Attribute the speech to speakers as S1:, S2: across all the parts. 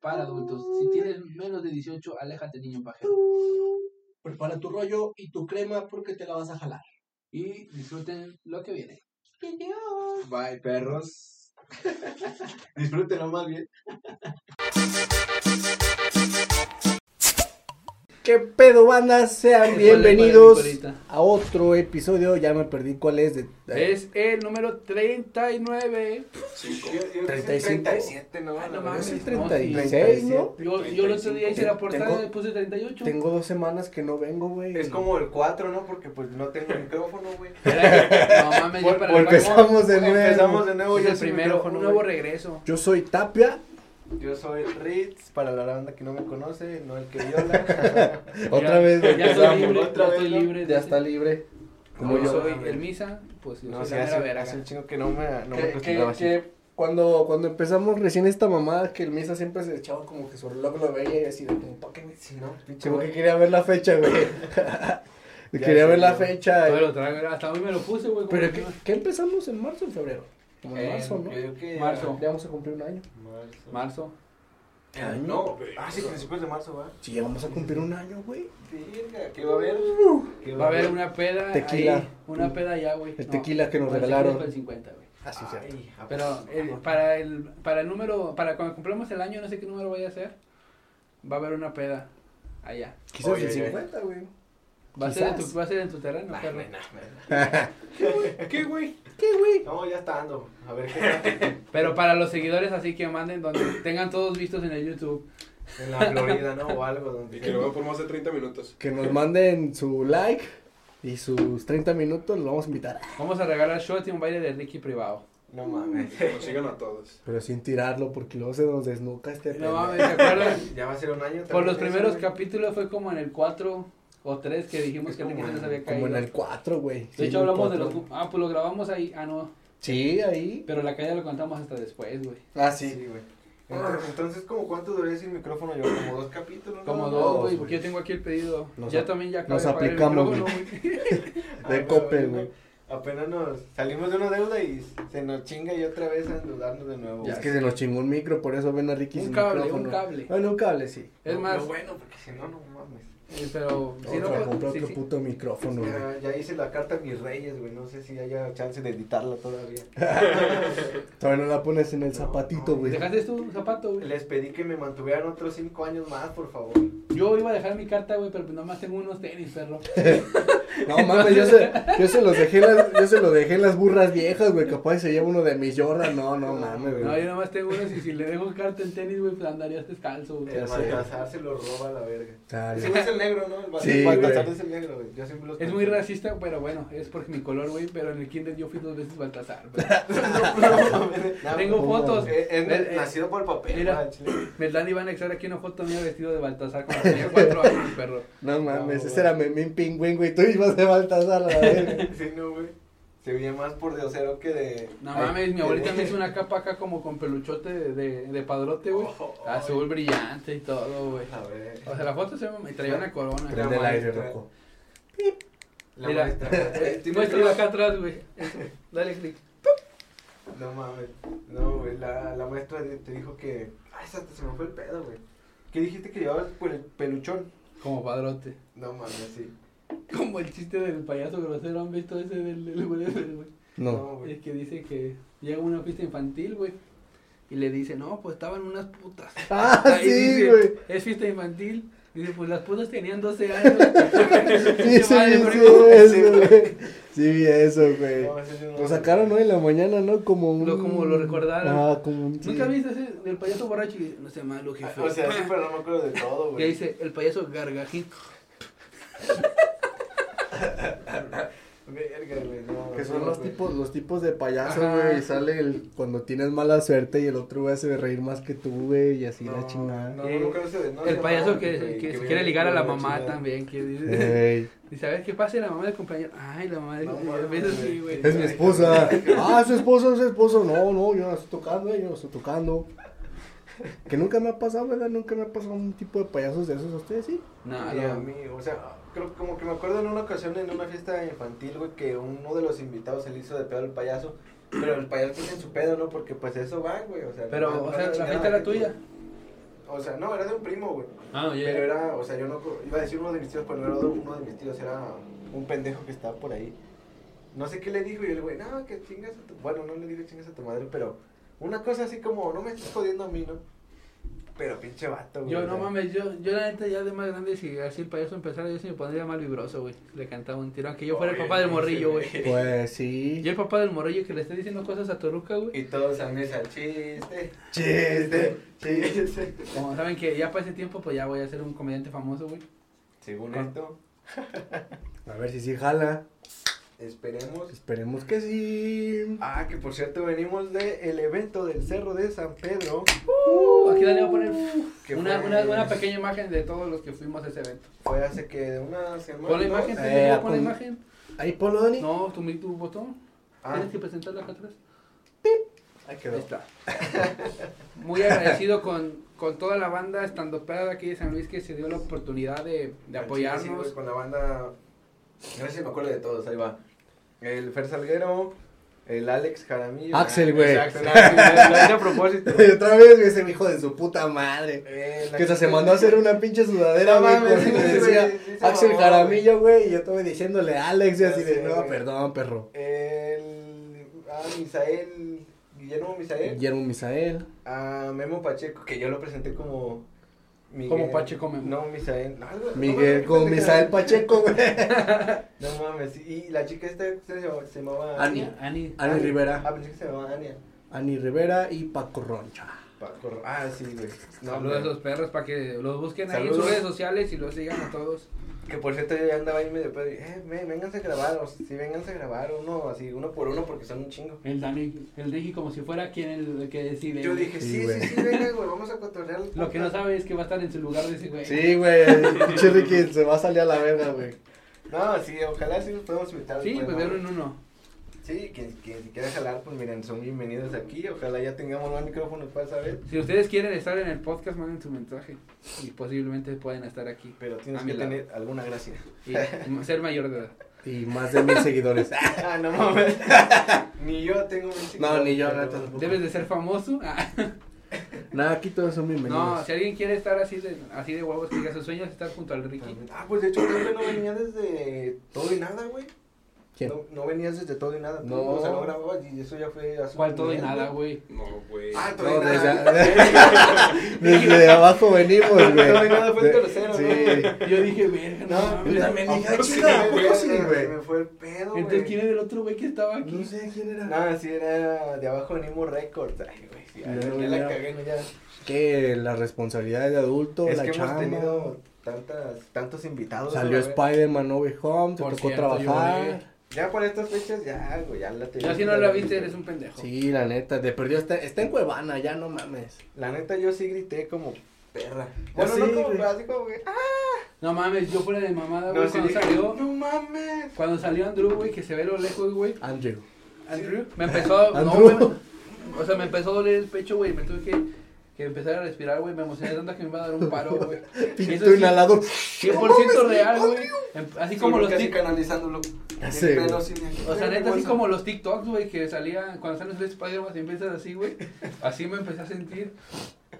S1: para adultos. Si tienes menos de 18, aléjate, niño pajero.
S2: Prepara tu rollo y tu crema porque te la vas a jalar.
S1: Y disfruten lo que viene.
S3: Bye, perros. Disfrútenlo más bien.
S4: ¿Qué pedo, bandas? Sean bienvenidos
S5: ¿Cuál es la
S4: a otro episodio. Ya me perdí cuál es. De,
S5: Es el número 39.
S4: ¿Treinta y cinco?
S3: 37, no,
S5: Ah, no
S3: La verdad,
S5: mames.
S4: es
S3: sí.
S4: el
S5: no,
S4: 36, ¿no?
S5: Yo, yo el otro día hice la portada
S4: Tengo-
S5: y le puse 38.
S4: Tengo dos semanas que no vengo, güey.
S3: Es como el 4, ¿no? Porque pues no tengo micrófono, güey.
S5: Era- No mames, ya
S3: Vol-
S5: para el próximo.
S4: Empezamos de nuevo.
S3: Empezamos de nuevo
S5: Es
S3: ya
S5: el
S3: sin
S5: primero,
S3: micrófono,
S5: un nuevo
S3: güey.
S5: regreso.
S4: Yo soy Tapia.
S3: Yo soy Ritz, para la banda que no me conoce, no el que viola.
S4: Otra vez
S5: Ya estoy
S4: empezamos.
S5: libre,
S3: Otra
S5: ya
S3: vez,
S5: estoy
S3: ¿no?
S5: libre.
S4: Ya
S5: dice.
S4: está libre.
S5: Como yo soy
S3: mames.
S5: el misa, pues yo
S3: no,
S5: soy
S3: sí,
S5: la mera
S3: hace,
S5: verga.
S3: hace un chingo que no me, no me
S4: Que-
S3: acostumbraba
S4: que-
S3: así.
S4: que cuando, cuando empezamos recién esta mamada, que el Misa siempre se echaba como que su reloj lo veía y así de como, "Tóquenme",
S3: Sí, no, pinche
S4: Como que
S3: güey.
S4: quería ver la fecha, güey.
S3: sé,
S4: quería ver la
S3: ¿no?
S4: fecha.
S5: Todo lo traigo, hasta hoy me lo puse, güey. como
S4: Pero
S5: que-
S4: ¿qué, qué empezamos en marzo o en febrero? Como en
S5: Eh,
S4: marzo, ¿no?
S3: Yo creo que-
S5: Marzo.
S4: Ya vamos a cumplir un año.
S3: Marzo.
S5: Marzo.
S3: Ah, No, ah, sí, principios de marzo, va.
S4: Sí, ya vamos a cumplir un año, güey.
S3: Verga, ¿qué va a haber? ¿Qué
S5: Va a haber una peda.
S4: Tequila.
S5: ahí, una peda allá, güey.
S4: El tequila que nos
S5: el
S4: regalaron.
S5: tequila fue el 50, güey.
S4: Así sea.
S3: Ay, ah,
S5: Pero eh,
S3: pues,
S5: el-
S3: ah,
S5: para el para el número, para cuando cumplamos el año, no sé qué número vaya a ser, va a haber una peda allá.
S4: Quizás
S3: Oye,
S4: el
S3: oye.
S4: 50, güey.
S5: Va a, ser en tu,
S4: Quizás.
S5: va a ser en tu terreno,
S3: nah,
S5: perro.
S3: nah, nah.
S5: ¿Qué, güey?
S3: No, ya está ando. A ver qué tal.
S5: Pero para los seguidores así que manden donde tengan todos vistos en el YouTube.
S3: En la Florida, ¿no? O algo donde.
S6: Y que lo veo por más de 30 minutos.
S4: Que nos manden su like y sus 30 minutos, los vamos a invitar.
S5: Vamos a regalar shots y un baile de Ricky privado.
S3: No mames.
S6: Que nos sigan a todos.
S4: Pero sin tirarlo, porque luego se nos desnuca este
S5: No
S4: pendejo.
S5: mames, ¿te acuerdas?
S3: Ya va a ser un año.
S5: Por los
S3: también
S5: primeros
S3: Pues, eso, güey.
S5: capítulos fue como en el 4 o 3 que dijimos
S3: Es
S5: que Ricky
S3: como
S5: se nos
S3: en-
S5: había
S4: Como
S5: caído.
S4: en el 4, güey.
S5: De
S4: Sí,
S5: hecho hablamos de los...
S4: cuatro.
S5: Ah, pues lo grabamos ahí. Ah, no.
S4: Sí, ahí.
S5: Pero la caída lo contamos hasta después, güey.
S4: Ah,
S3: Sí, güey. Entonces, entonces, ¿como cuánto duré sin micrófono yo? Como dos capítulos. ¿no?
S5: Como
S4: dos,
S5: dos, güey,
S4: güey.
S5: porque yo tengo aquí el pedido.
S4: Nos
S5: ya
S4: ap-
S5: también ya acabo
S4: nos
S5: de pagar el
S4: aplicamos,
S5: micrófono, güey.
S3: Ah,
S4: de
S3: güey,
S4: Coppel,
S3: apenas-
S4: güey.
S3: Apenas nos salimos de una deuda y se nos chinga y otra vez a endeudarnos de nuevo.
S4: Es
S3: güey.
S4: que se nos chingó un micro, por eso ven a Ricky
S5: Un
S4: sin
S5: cable,
S4: micrófono.
S5: un cable.
S4: Bueno, un cable, sí.
S5: Es
S3: Lo-
S5: más,
S3: lo bueno, porque si no, no mames.
S5: eh, pero si no,
S4: Otra,
S5: pues,
S4: compré
S5: sí,
S4: otro
S5: sí.
S4: puto micrófono, güey.
S3: Ya, ya hice la carta a mis reyes, güey. No sé si haya chance de editarla todavía.
S4: Todavía no la pones en el
S3: No,
S4: zapatito,
S3: no.
S4: güey.
S5: Dejaste tu zapato, güey.
S3: Les pedí que me mantuvieran otros cinco años más, por favor.
S5: Yo iba a dejar mi carta, güey, pero pues nomás tengo unos tenis, perro.
S4: No mames, yo se, yo se los dejé en las, yo se los dejé en las burras viejas, güey, capaz se lleva uno de mis Jordan, no, no mames,
S5: No, yo
S4: güey.
S5: nomás tengo unos y si le dejo carta en tenis, güey, pues andarías descalzo, güey.
S3: El
S4: sé.
S3: Baltasar se lo roba a la verga.
S4: Chale.
S3: Ese güey es el negro, ¿no? El Bal-
S4: Sí,
S3: el Baltasar
S4: güey.
S3: es el negro, güey. Yo siempre los
S5: Es muy
S3: confundí.
S5: racista, pero bueno, es porque mi color, güey, pero en el kinder yo fui dos veces Baltasar, güey.
S3: No,
S5: Tengo
S4: no,
S5: fotos.
S3: Es, es
S5: Eh, eh,
S3: nacido por el papel,
S5: mira.
S3: güey, al chile.
S5: Me dan y van a anexar aquí una foto mía vestido de Baltasar cuando tenía cuatro años, perro.
S4: No mames,
S3: No,
S4: ese
S3: güey.
S4: era Memín Pingüín, güey, tú ibas de Baltasar a la verga.
S3: Sí, no, güey. Se veía más por diosero que de.
S5: No
S4: Ay,
S5: mames, mi abuelita
S3: de-
S5: me hizo una capa acá como con peluchote de, de, de padrote, güey. Ah,
S3: Oh, oh,
S5: Azul brillante y todo, güey.
S3: A ver.
S5: O sea, la foto se me traía una corona.
S3: Pero-
S4: Prende el aire,
S3: maestra.
S4: loco.
S3: La
S5: Mira,
S3: maestra.
S5: eh,
S3: Tiene
S5: muéstralo
S3: frío.
S5: acá atrás, güey. Eso, Dale clic.
S3: No mames. No, güey. La, la maestra de- te dijo que. Ay, hasta se me fue el pedo, güey. ¿Qué dijiste que llevabas por el peluchón?
S5: Como padrote.
S3: No mames, sí.
S5: Como el chiste del payaso grosero, ¿han visto ese del del whatever, güey?
S4: No.
S5: Es que dice que llega a una fiesta infantil, güey. Y le dice, no, pues estaban unas putas.
S4: Ah,
S5: Ahí
S4: sí,
S5: dice,
S4: güey.
S5: Es fiesta infantil. Dice, pues las putas tenían 12 años.
S4: Sí, sí,
S5: Qué madre,
S4: sí,
S5: primo.
S4: eso, güey. Sí, vi eso, güey.
S3: No, ese sí no-
S4: Lo sacaron hoy en la mañana, ¿no? Como un...
S5: Lo- como lo recordaron.
S4: Ah, como un...
S5: ¿Nunca viste ese del payaso borracho? Y, no sé, malo,
S3: Ah,
S5: jefe.
S3: O sea, sí, pero no me acuerdo de todo,
S5: Y ahí
S3: güey.
S5: dice, el payaso gargajín.
S3: Verga, güey. No,
S4: Que
S3: sí,
S4: son los
S3: güey.
S4: tipos, los tipos de payaso,
S5: Ajá.
S4: güey. Sale el cuando tienes mala suerte y el otro güey hace reír más que tú, güey, y así la chingada.
S3: No,
S5: Eh,
S3: no, no creo ese de- no,
S5: el
S3: se
S5: payaso
S3: llama,
S5: que,
S3: güey,
S5: que se
S3: me
S5: quiere
S3: dio
S5: ligar a
S3: culo
S5: la
S3: de
S5: mamá
S3: chingada.
S5: también. Que dice,
S4: Ey,
S5: dice, a ver qué pasa la mamá del compañero. Ay, la mamá del
S3: No,
S5: compañero.
S3: mames,
S5: sí, güey.
S3: güey.
S4: es mi esposa. Ah, es su esposo, es su esposo. No, no, yo no la estoy tocando, eh, yo no la estoy tocando. Que nunca me ha pasado, ¿verdad? Nunca me ha pasado un tipo de payasos de esos a ustedes, sí.
S5: No,
S3: Y a
S5: no.
S3: mí, o sea, creo que como que me acuerdo en una ocasión en una fiesta infantil, güey, que uno de los invitados se le hizo de pedo al payaso, pero el payaso tiene su pedo, ¿no? Porque pues eso va, güey, o sea.
S5: Pero,
S3: no-
S5: o
S3: no
S5: sea,
S3: le
S5: la
S3: chingan a
S5: fiesta era tuya.
S3: O sea, no, era de un primo, güey.
S5: Ah, ya,
S3: Pero
S5: ya.
S3: era, o sea, yo no. co- Iba a decir uno de mis tíos, pero no era de uno de mis tíos, era un pendejo que estaba por ahí. No sé qué le dijo y el güey, no, que chingas a tu. Bueno, no le dije chingas a tu madre, pero una cosa así como, no me estás jodiendo a mí, ¿no? Pero pinche vato, güey.
S5: Yo
S3: o
S5: no
S3: sea,
S5: mames, yo, yo la neta ya de más grande, si así el payaso empezara, yo se me pondría mal vibroso, güey. Le cantaba un tiro, aunque yo fuera el
S3: Oye,
S5: papá del
S3: sí,
S5: morrillo, güey.
S4: Pues sí.
S5: Yo el papá del morrillo que le esté diciendo cosas a Toruca, güey.
S3: Y todos a mesa, chiste,
S4: Chiste.
S3: chiste.
S5: Como saben que ya para ese tiempo, pues ya voy a ser un comediante famoso, güey.
S3: Según
S5: Ah.
S3: esto,
S4: A ver si sí jala.
S3: esperemos.
S4: Esperemos que sí.
S3: Ah, que por cierto, venimos de el evento del Cerro de San Pedro.
S5: Aquí Dani va a poner
S3: Que
S5: una,
S3: fue-
S5: una, una pequeña imagen de todos los que fuimos a ese evento.
S3: Fue hace que de una semana.
S5: Pon la
S3: ¿no?
S5: imagen,
S4: eh,
S5: Dani, pon la
S4: pon-
S5: imagen.
S4: Ahí ponlo, Dani.
S5: No, tu, mi- tu botón.
S3: Ah,
S5: Tienes que presentarla acá atrás.
S3: ahí
S5: Ahí
S3: quedó.
S5: está. Muy agradecido con, con toda la banda estandopeada de aquí de San Luis que se dio la oportunidad de, de
S3: Al chile, sí,
S5: apoyarnos.
S3: güey, con la banda. Gracias, me acuerdo de todos, ahí va. El Fer Salguero, el Alex Jaramillo.
S4: Axel, güey.
S3: Exacto, el Axel, güey, lo hice a propósito.
S4: Y otra vez, güey, ese hijo de su puta madre.
S3: Eh, la
S4: Que hasta se
S3: chica-
S4: mandó a hacer una pinche sudadera,
S3: No
S4: güey.
S3: mames,
S4: con-
S3: sí,
S4: que
S3: güey,
S4: decía
S3: sí se
S4: Axel
S3: mamó,
S4: Jaramillo, güey. Y yo estuve diciéndole Alex, y
S3: Ya
S4: así
S3: sé,
S4: de, no,
S3: güey.
S4: perdón, perro.
S3: El. Ah, Misael. Guillermo Misael.
S4: Guillermo Misael.
S3: A Memo Pacheco, que yo lo presenté como. Miguel-
S5: Como Pacheco Memo.
S3: No, Misael. no, algo- no
S4: Miguel
S3: mames,
S4: con
S3: pendeja.
S4: Misael Pacheco, güey.
S3: No mames, y la chica esta se llamaba. Se llamaba
S4: Ani.
S5: Ani.
S4: Ani
S3: Ah,
S4: Rivera.
S3: pensé que se llamaba Ania.
S4: Ani Rivera y Paco Roncha.
S3: Paco Ro- Ah, sí, güey. No,
S5: Saludos a
S3: hombre.
S5: los perros para que los busquen ahí en
S3: Saludos.
S5: sus redes sociales y los sigan a todos.
S3: Que por cierto yo ya andaba ahí medio pedo y, eh, ve, vénganse a grabar, o si vénganse a grabar uno así, uno por uno porque son un chingo.
S5: El Dani, el Ricky como si fuera quien el, el que decide.
S3: Yo dije,
S4: Sí,
S3: sí, sí,
S4: güey.
S3: sí, venga, güey, vamos a cotorrear. el
S5: Lo que no
S3: podcast".
S5: sabe es que va a estar en su lugar de ese güey.
S4: Sí, güey. Pinche Ricky se va a salir a la verga, güey.
S3: No, sí, ojalá sí nos podemos invitar.
S5: Sí,
S3: después,
S5: pues
S3: ¿no?
S5: dieron un uno.
S3: Sí, que, que si quieren jalar, pues miren, son bienvenidos aquí, ojalá ya tengamos más micrófonos para saber.
S5: Si ustedes quieren estar en el podcast, manden su mensaje. Y posiblemente pueden estar aquí.
S3: Pero tienes
S5: A mi
S3: que
S5: lado.
S3: tener alguna gracia.
S5: Y m- ser mayor de edad.
S4: Y más de mil seguidores.
S3: ah, no mames. ni yo tengo un
S4: No, ni yo,
S3: pero-
S4: neta, tampoco.
S5: Debes de ser famoso. Ah,
S4: Nada, aquí todos son bienvenidos.
S5: no, si alguien quiere estar así de, así de huevos, que diga su sueño es estar junto al Ricky.
S3: Ah, pues de hecho creo que no venía desde todo y nada, güey.
S4: ¿Quién?
S3: No, no venías desde todo y nada. tú,
S4: No.
S3: O sea, no grababas y eso ya fue hace
S5: ¿Cuál
S3: un
S5: todo y
S3: mes,
S5: nada, güey?
S6: No, güey.
S3: Ah, todo
S4: No,
S3: y
S4: desde,
S3: nada.
S4: desde abajo venimos, güey.
S3: Todo y nada fue el
S4: De-
S3: tercero, ¿no?
S4: Sí.
S5: Yo dije, verga, no.
S4: Yo
S5: mames.
S4: también dije, ah,
S3: Sí,
S4: chica,
S3: güey,
S4: ¿por qué sí, güey?
S3: Se me fue el pedo, güey.
S5: Entonces, ¿quién era el otro güey que estaba aquí?
S4: No sé quién era.
S3: No, sí, era de abajo venimos récords. Ay, güey, sí, ya,
S4: No,
S3: ya la
S4: ya.
S3: cagué, no, ya.
S4: Que la responsabilidad de adulto,
S3: Es
S4: la
S3: que hemos
S4: chamba.
S3: tenido tantas, tantos invitados.
S4: Salió
S3: a la vez.
S4: Spider-Man No Way Home, te
S5: Por
S4: tocó
S5: cierto, yo
S4: trabajar.
S3: Ya por estas fechas, ya, güey, ya la
S5: Ya
S3: tenía.
S5: si no la viste, eres un pendejo.
S4: Sí, la neta, te perdió. Está, está en Cuevana, ya no mames.
S3: La neta, yo sí grité como perra. Bueno,
S4: sí,
S3: no como,
S4: güey.
S3: pero así como que, ah,
S5: No mames, yo fuera de mamada, güey.
S3: no, sí
S5: cuando
S3: dije,
S5: salió,
S3: no mames.
S5: cuando salió Andrew, güey, que se ve a lo lejos, güey.
S4: Andrew.
S5: Andrew, me empezó, no,
S4: Andrew.
S5: güey, me- o sea, me empezó a doler el pecho, güey, me tuve que, que empezar a respirar, güey, me emocioné tanto que me iba a dar un paro, güey. Eso
S4: Pinto
S5: sí.
S4: inhalado.
S5: 100% real, güey. Em- Así como los
S3: casi
S5: tic,
S3: canalizándolo.
S4: Ya
S3: El
S4: sé,
S3: pelo
S4: güey.
S3: sin aquí.
S5: o sea, neta, así como los TikToks, güey, que salían, cuando salen los Spider-Man y empiezas así, güey, así me empecé a sentir.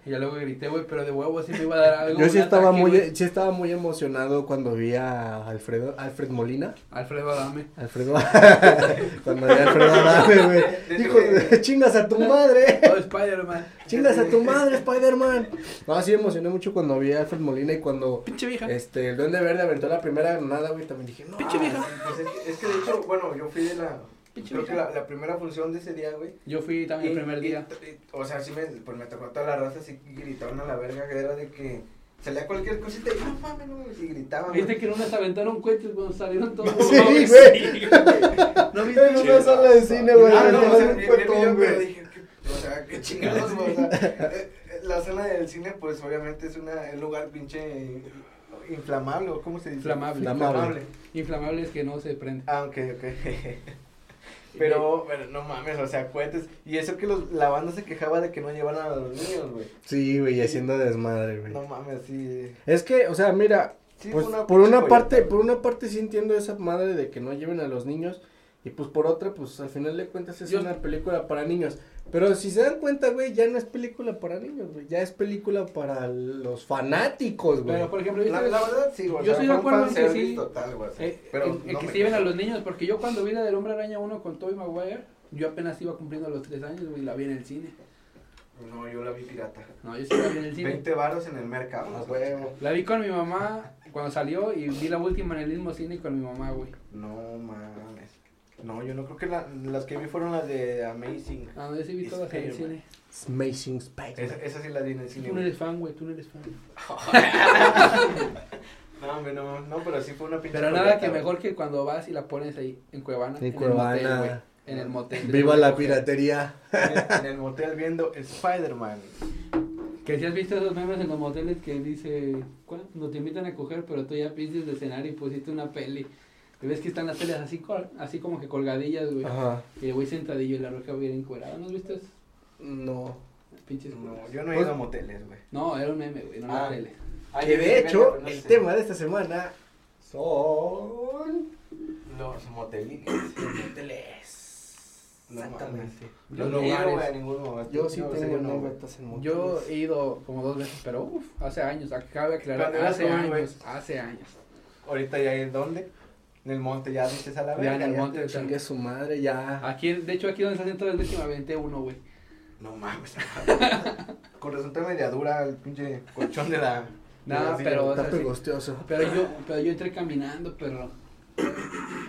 S5: Y ya luego grité, güey, pero de huevo así me iba a dar algo.
S4: Yo sí
S5: un
S4: estaba,
S5: ataque, güey.
S4: muy, sí estaba muy emocionado cuando vi a Alfredo, Alfred Molina.
S5: Alfredo Adame.
S4: Alfredo. cuando vi a Alfredo Adame, güey. Hijo, de- chingas a tu madre.
S5: Todo Spider-Man.
S4: Chingas a tu madre, Spider-Man. No, sí me emocioné mucho cuando vi a Alfred Molina y cuando
S5: Pinche vieja.
S4: este, el Duende Verde aventó la primera granada, güey, también dije, no.
S5: Pinche vieja.
S3: Pues es, que, es que de hecho, bueno, yo fui de la.
S5: Pinche
S3: Creo que
S5: vieja.
S3: la, la primera función de ese día, güey.
S5: Yo fui también el primer
S3: Y- y-
S5: día.
S3: y- o sea, sí me, pues me tocó toda la raza así gritaron a la verga, que era de que salía cualquier cosita y no mames, no mames, y gritaban.
S5: Viste
S3: Ah, güey.
S5: que en una se aventaron cohetes cuando salieron todos.
S4: Sí,
S5: güey.
S4: güey.
S5: ¿No viste?
S4: En una sala de cine, güey.
S3: Ah, no,
S4: aventaron
S3: o sea,
S4: un
S3: vi- vi el
S4: cuetón,
S3: video, pero
S4: güey.
S3: dije, "¿Qué- o sea, qué chingados, güey, o sea, eh, eh, la zona del cine, pues obviamente es una, un lugar pinche inflamable, o ¿cómo se dice?
S5: Inflamable.
S4: Inflamable.
S5: Inflamables que no se prenden.
S3: Ah, ok, ok. Pero, pero no mames, o sea, cohetes. Y eso que los, la banda se quejaba de que no llevaran a los niños, güey.
S4: Sí, güey, y haciendo desmadre, güey.
S3: No mames, sí.
S4: Es que, o sea, mira,
S3: sí
S4: pues,
S3: fue
S4: por
S3: pinche
S4: una parte,
S3: coyota,
S4: por una parte sí entiendo esa madre de que no lleven a los niños. Y pues por otra, pues al final de cuentas es
S5: Yo-
S4: una película para niños. Pero si se dan cuenta, güey, ya no es película para niños, güey. Ya es película para los fanáticos, güey.
S5: Pero, por ejemplo,
S3: La,
S5: ¿viste?
S3: la verdad, sí, güey.
S5: Yo
S3: o sea,
S5: estoy de
S3: fue un
S5: acuerdo en que
S3: fanservice
S5: sí.
S3: Total, güey. o sea,
S5: Eh,
S3: pero
S5: en- en
S3: no
S5: que
S3: me
S5: se lleven a
S3: quejo.
S5: los niños, porque yo cuando vi la del Hombre Araña 1 con Tobey Maguire, yo apenas iba cumpliendo los tres años, güey, la vi en el cine.
S3: No, yo la vi pirata.
S5: No, yo sí pues, la vi en el cine.
S3: 20 varos en el mercado.
S4: Ah,
S3: No,
S4: huevo.
S5: La vi con mi mamá cuando salió y vi la última en el mismo cine con mi mamá, güey.
S3: no mames. No, yo no creo que la- las que vi fueron las de Amazing.
S5: Ah, no, yo sí vi todas en el cine.
S3: pues,
S4: It's Amazing Spice.
S3: Esa, esa sí la vi en el cine.
S5: Tú no
S3: güey.
S5: eres fan, güey, tú no eres fan.
S3: No, hombre, no, no, pero sí fue una pinche.
S5: Pero nada que
S3: corneta,
S5: mejor que cuando vas y la pones ahí en Cuevana.
S4: En
S5: el
S4: Cuevana.
S5: motel, güey, En el motel.
S4: Viva la piratería.
S3: güey. En el motel viendo Spider-Man.
S5: Que si has visto esos memes en los moteles que dice, "¿Cuál? no te invitan a coger, pero tú ya pides de cenar y pusiste una peli. Y ves que están las pelis así, col- así como que colgadillas, güey.
S4: Ajá.
S5: Y el güey sentadillo y la roca bien encuerada. ¿No has visto esos
S4: No.
S5: pinches
S3: No,
S5: culeros?
S3: yo no he ido a moteles, güey.
S5: No, era un meme, güey, no una
S3: Ah.
S5: tele.
S4: Que de hecho,
S3: pues,
S4: el tema de esta semana son
S3: Los motelines.
S4: moteles.
S3: No
S4: Exactamente.
S3: mames.
S5: Yo
S3: Yo no
S5: no
S3: he
S5: iba,
S3: ido,
S5: güey,
S3: güey, a ningún lugar.
S4: Yo sí
S3: No, o sea,
S4: tengo
S3: yo no, güey.
S4: anécdotas en moteles.
S5: Yo he ido como dos veces, pero uff, hace años, acaba aclarar,
S3: Cuando eras
S5: hace
S3: joven,
S5: años,
S3: güey.
S5: hace años.
S3: Ahorita ya en dónde? En el monte, ya dices a la
S5: Ya
S3: verga.
S5: en el
S3: ya.
S5: monte.
S4: Yo chingue su madre ya.
S5: Aquí, de hecho, aquí donde se hacen todas las veces me aventé uno, güey.
S3: No mames. Con resulta media dura el pinche colchón de la.
S5: Nada,
S3: la silla.
S5: pero- o sea,
S4: Está
S5: sí.
S4: pegostioso.
S5: Pero yo, pero yo entré caminando, perro.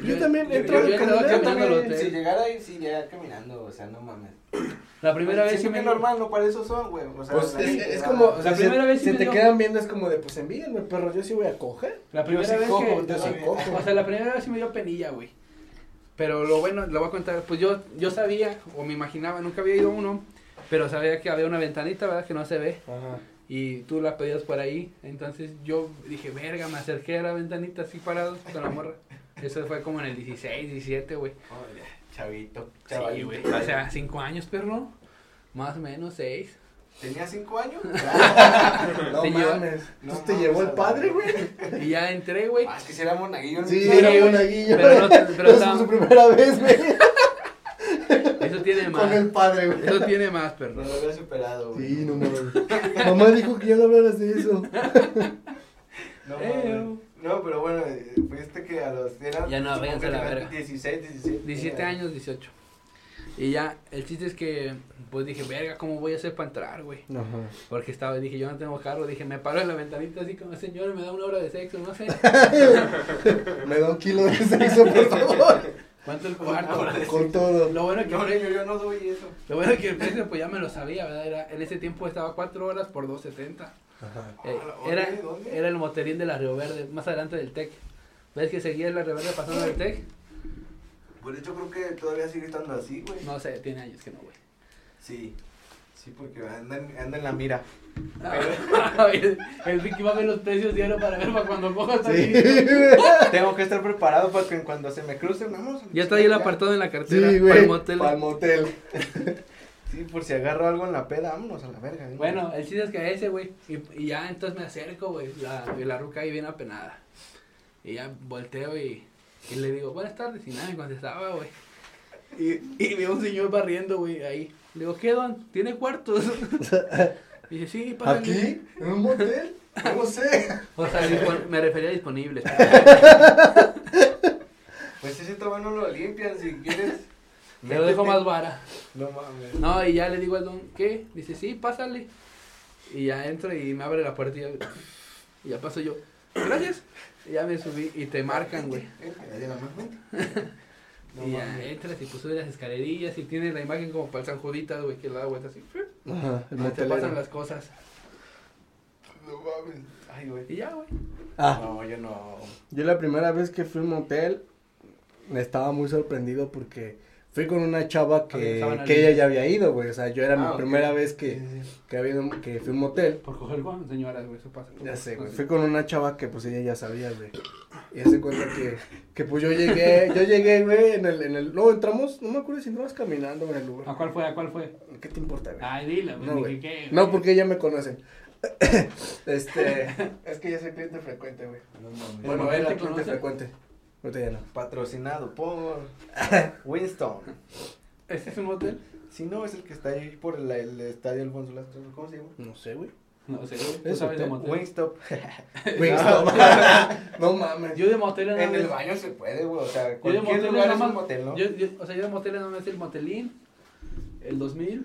S4: Yo también
S5: yo-
S4: entré
S5: yo- yo
S4: al canal,
S5: entraba
S3: Yo
S5: caminando al
S3: también,
S5: hotel.
S3: si llegara ahí, sí, ya caminando, o sea, no mames. Pues,
S5: La primera vez sí
S3: Siento
S5: me
S3: que normal, no para eso son, güey. O sea,
S4: Pues
S3: la
S4: es,
S3: gente
S4: es
S3: va-
S4: como,
S5: La
S4: o sea, se-
S5: primera vez sí
S4: se
S5: me
S4: te
S5: dio-
S4: quedan viendo, es como de, pues envíenme, perro, yo sí voy a coger.
S5: La primera
S3: sí
S5: vez
S3: cojo,
S5: que,
S4: Yo sí
S3: también.
S4: cojo.
S5: O sea, la primera vez sí me dio penilla, güey. Pero lo bueno, lo voy a contar, pues yo, yo sabía, o me imaginaba, nunca había ido a uno, pero sabía que había una ventanita, ¿verdad? Que no se ve.
S4: Ajá.
S5: Y tú la pedías por ahí. Entonces yo dije, verga, me acerqué a la ventanita así parado con la morra. Eso fue como en el 16, 17, güey.
S3: Oye, Chavito,
S5: Sí,
S3: chavalito.
S5: güey. O sea, 5 años, perro. Más o menos 6.
S3: ¿Tenía cinco años? Ah,
S4: No
S5: Te lleva-
S4: mames.
S3: No
S4: Entonces te llevó
S3: mames,
S4: el padre, güey.
S5: Y ya entré, güey.
S3: Ah, es que si era monaguillo. el
S4: Sí,
S3: mismo.
S5: güey,
S4: era un aguillo.
S5: pero no te- pero
S4: Pero es
S5: estaba-
S4: su primera vez, güey.
S5: Eso tiene
S4: Con
S5: más.
S4: el padre, güey.
S5: Eso tiene más,
S3: No
S5: perro.
S3: lo había superado, güey.
S4: Sí, no mames. Mamá dijo que ya no hablaras de eso.
S3: No,
S5: Eh,
S3: mames. no, pero bueno, eh, fuiste que a los. Era,
S5: Ya no,
S3: supongo
S5: váyanse
S3: que
S5: a la
S3: tenías
S5: verga.
S3: 16, 17.
S5: 17
S3: eh,
S5: años, 18. Y ya, el chiste es que, pues dije, verga, ¿cómo voy a hacer para entrar, güey?
S4: Ajá.
S5: Porque estaba, dije, yo no tengo carro. Dije, me paro en la ventanita así como, señor, me da una hora de sexo, no sé.
S4: Me da un kilo de sexo, por favor.
S5: ¿Cuánto el
S3: Una
S5: cuarto?
S3: hora de
S4: Con todo.
S5: Lo bueno que,
S3: No, yo, yo no doy eso.
S5: lo bueno que el precio, pues ya me lo sabía, ¿verdad? Era, en ese tiempo estaba 4 horas por 2.70.
S4: Ajá.
S5: Eh,
S3: Ah, la-
S5: era,
S3: ¿dónde? ¿Dónde?
S5: era el motelín de la Río Verde, más adelante del TEC. ¿Ves que seguía la Río Verde pasando del TEC?
S3: Por hecho, creo que todavía sigue estando así, güey.
S5: No sé, tiene años que no, güey.
S3: Sí. Sí, porque anda en, anda en la mira.
S5: el Ricky va a ver los precios diarios para ver para cuando coja hasta
S4: Sí,
S5: aquí.
S4: güey.
S3: Tengo que estar preparado para que en cuando se me crucen, vamos.
S5: Ya está ahí el apartado en la cartera
S4: Sí,
S5: para
S4: güey.
S5: el motel.
S4: Para el motel.
S3: Sí, por si agarro algo en la peda, vámonos a la verga. ¿eh?
S5: Bueno, el chiste es que ese, güey. Y, y ya entonces me acerco, güey. La, y la ruca ahí bien apenada. Y ya volteo y, y le digo, buenas tardes. Y nada, me contestaba, güey. Y, y veo un señor barriendo, güey, ahí. Le digo, ¿qué don? ¿Tiene cuartos? Y dice, sí, pásale.
S4: ¿Aquí? ¿En un motel? No sé.
S5: O sea, dispon- me refería a disponibles.
S3: Pues ese toma no lo limpian si quieres.
S5: Me lo dejo
S3: Métete.
S5: más vara.
S3: No mames.
S5: No, y ya le digo al don, ¿qué? Dice, sí, pásale. Y ya entro y me abre la puerta y ya, y ya paso yo, gracias. Y ya me subí y te marcan, güey.
S3: Vente, dale la mano, vente. No
S5: y ya
S3: mames.
S5: entras y pues subes las escalerillas y tienes la imagen como para el San Juditas, güey, que le da vuelta así.
S4: Ajá, el
S5: No te pasan
S4: motelero.
S5: las cosas.
S3: No mames. Ay, güey.
S5: Y ya, güey.
S4: Ah,
S3: No, yo no.
S4: Yo la primera vez que fui a un motel estaba muy sorprendido porque fui con una chava
S5: Porque
S4: que,
S5: estaban al
S4: que
S5: día.
S4: ella ya había ido, güey. O sea, yo era
S3: Ah,
S4: mi
S3: ok.
S4: primera vez que,
S3: Sí, sí.
S4: que, había ido- que fui a un motel.
S5: Por coger con señoras, güey, eso pasa.
S4: Ya sé, güey.
S5: Entonces,
S4: Fui con una chava que pues ella ya sabía, güey. Y hace cuenta que, que pues yo llegué, yo llegué, güey, en el, en el, luego entramos, no me acuerdo si entramos caminando en el lugar.
S5: ¿A cuál fue? ¿A cuál fue?
S4: ¿Qué te importa, güey?
S5: Ah. Ay, dila,
S4: No,
S5: güey.
S4: güey.
S5: ni que qué,
S4: No,
S5: güey.
S4: porque ella me conoce. este, es que yo soy cliente frecuente, güey.
S3: No mames.
S4: Bueno,
S5: mamá
S4: era
S5: te
S4: cliente
S5: conoce?
S4: frecuente. Ahorita ya no.
S3: Patrocinado por Winston.
S5: ¿Este es un hotel?
S3: Si no, es el que está ahí por el, el estadio Alfonso Lastro. ¿Cómo se llama?
S4: No sé, güey.
S5: No sé, güey. ¿Tú
S4: Es
S5: sabes de
S4: hotel.
S5: motel?
S3: Wingstop.
S4: Wingstop. no mames.
S5: Yo de motel no
S3: en
S5: me-
S3: el baño se puede, güey. O sea,
S5: Yo de
S3: cualquier
S5: motel
S3: lugar
S5: nada
S3: es un
S5: más.
S3: motel, ¿no?
S5: yo, yo- o sea, yo de motel nada más el motelín, el 2000,
S3: El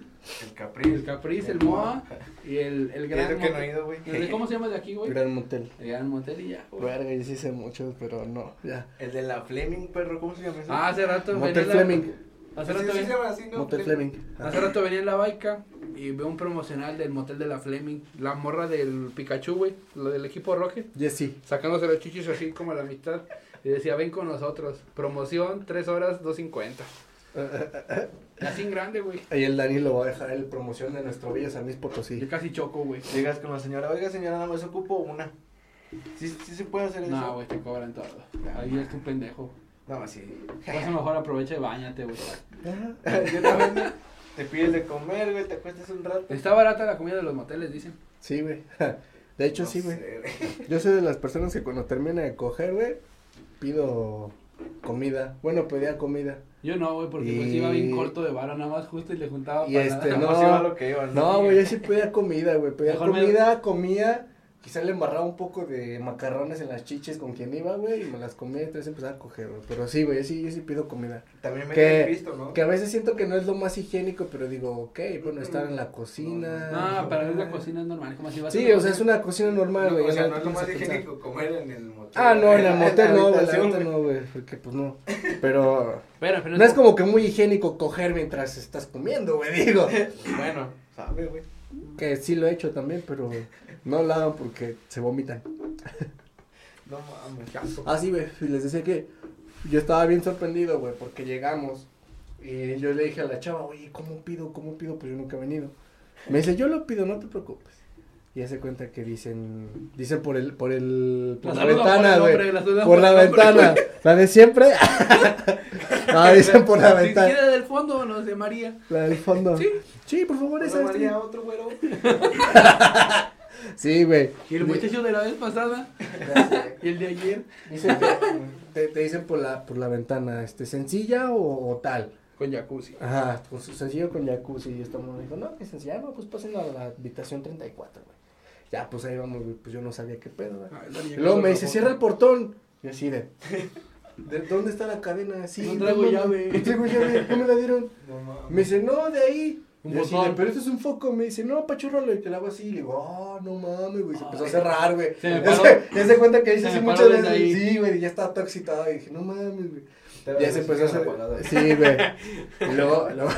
S5: el
S3: Capri.
S5: Caprice, el Moa y el, el
S3: Es
S5: Gran.
S3: lo que no
S5: Motel.
S3: he ido, güey.
S5: ¿El de- ¿Cómo se llama el de aquí, güey?
S4: Gran motel.
S5: El Gran Motel y ya, güey.
S4: Verga, yo sí sé muchos, pero no. Ya.
S3: El de la Fleming, perro. ¿Cómo se llama ese?
S5: Ah, hace rato. venía
S4: Motel
S5: en la-
S4: Fleming.
S5: Hace
S3: Sí,
S5: rato
S3: sí
S5: venía-
S3: se llama así, ¿no?
S4: Motel Fleming. Ah,
S5: Hace rato venía en la baica y veo un promocional del motel de la Fleming, la morra del Pikachu, güey, lo del equipo Rocket,
S4: Jesse.
S5: sacándose los chichis así como a la mitad. Y decía, ven con nosotros, promoción, 3 horas, 2.50. Así en grande, güey.
S4: Ahí el Dani lo va a dejar en promoción de nuestro Villa San Luis
S5: Yo
S4: Potosí.
S5: casi choco, güey.
S3: Llegas con la señora. Oiga, señora, nada más ocupo una. Sí, sí se puede hacer eso.
S5: No, güey, te cobran todo. Ahí es tu pendejo.
S3: No, sí.
S5: Por eso mejor aprovecha y bañate, güey.
S3: Ah. Yo también me- te pides de comer, güey. Te acuestas un rato.
S5: Está barata la comida de los moteles, dicen.
S4: Sí, güey. De hecho,
S3: No
S4: sí, güey.
S3: sé,
S4: Yo soy de las personas que cuando termina de coger, güey, pido comida. Bueno, pedía comida.
S5: Yo no, güey, porque
S4: Y-
S5: pues iba bien corto de vara, nada más justo y le juntaba
S4: Y
S5: para-
S4: este,
S3: No,
S4: No.
S3: sí va lo que iba,
S4: No, güey, yo sí pedía comida, güey. Pedía
S5: Mejor me-
S4: comida, comía. Quizá le embarraba un poco de macarrones en las chiches con quien iba, güey, y me las comía y entonces empezaba a coger, güey. Pero sí, güey, yo sí, yo sí pido comida.
S3: También me
S4: Que-
S3: he visto, ¿no?
S4: Que a veces siento que no es lo más higiénico, pero digo, ok, bueno, estar en la cocina.
S5: No, para mí la cocina es normal, como si vas a-
S4: Sí, o sea, es una cocina normal,
S3: No,
S4: güey.
S3: o
S4: ya
S3: sea,
S4: no
S3: no es
S4: te
S3: lo
S4: pones
S3: más
S4: a pensar.
S3: higiénico comer en el motel.
S4: Ah, no, en el
S3: la
S4: motel no, güey, la
S3: habitación,
S4: neta no, güey, porque pues no. Pero
S5: Pero, pero
S4: no es como que muy higiénico coger mientras estás comiendo, güey, digo.
S3: güey. Bueno, sabe, güey.
S4: Que sí lo he hecho también, pero no lo hagan porque se vomitan.
S3: No mames.
S4: Ah, sí, güey, y les decía que yo estaba bien sorprendido, güey, porque llegamos y yo le dije a la chava, oye, ¿cómo pido? ¿Cómo pido? Pues yo nunca he venido. Me dice, yo lo pido, no te preocupes. Y hace cuenta que dicen, dicen por el, por el, por la,
S5: saludan por
S4: ventana,
S5: el
S4: güey.
S5: nombre, la saludan
S4: Por la
S5: el nombre.
S4: ventana, la de siempre. Ah, dicen por la
S5: Si
S4: ventana.
S5: quiere del fondo o no, de María.
S4: La del fondo.
S5: Sí.
S4: Sí, por favor, esa.
S3: Hola,
S4: este.
S3: María, otro güero.
S4: Sí, güey.
S5: Y el
S4: Di-
S5: muchacho de la vez pasada y el de ayer.
S4: dicen que- te, te dicen por la, por la ventana, este, sencilla o, o tal.
S5: Con jacuzzi.
S4: Ajá, con su sencillo con jacuzzi. Y esta me dijo, no, que sencilla, no, pues pasen a la habitación 34, güey. Ya, pues ahí vamos, güey, pues yo no sabía qué pedo, güey.
S5: Ah,
S4: Y luego me dice, cierra el portón. Y así de, ¿de dónde está la cadena? Sí,
S5: No traigo
S4: mames,
S5: llave.
S4: No traigo llave, ¿cómo me la dieron?
S3: No mames.
S4: Me dice, no, de ahí.
S5: Un
S4: Y así
S5: botón.
S4: de, pero esto es un foco. Me dice, no, pachurralo. Y te la hago así. Y le digo, oh, no mames, güey. Se empezó a
S5: Ay.
S4: cerrar, güey.
S5: Se me
S4: Es
S5: paró.
S4: que, ya se cuenta que dice
S5: Se me
S4: así
S5: paró
S4: muchas
S5: desde
S4: veces.
S5: ahí.
S4: Sí, güey, y ya estaba todo excitado. Y dije, no mames, güey.
S3: Te vas
S4: Ya se empezó a
S3: la parada,
S4: cerrar.
S3: güey.
S4: Sí, güey. Y luego, luego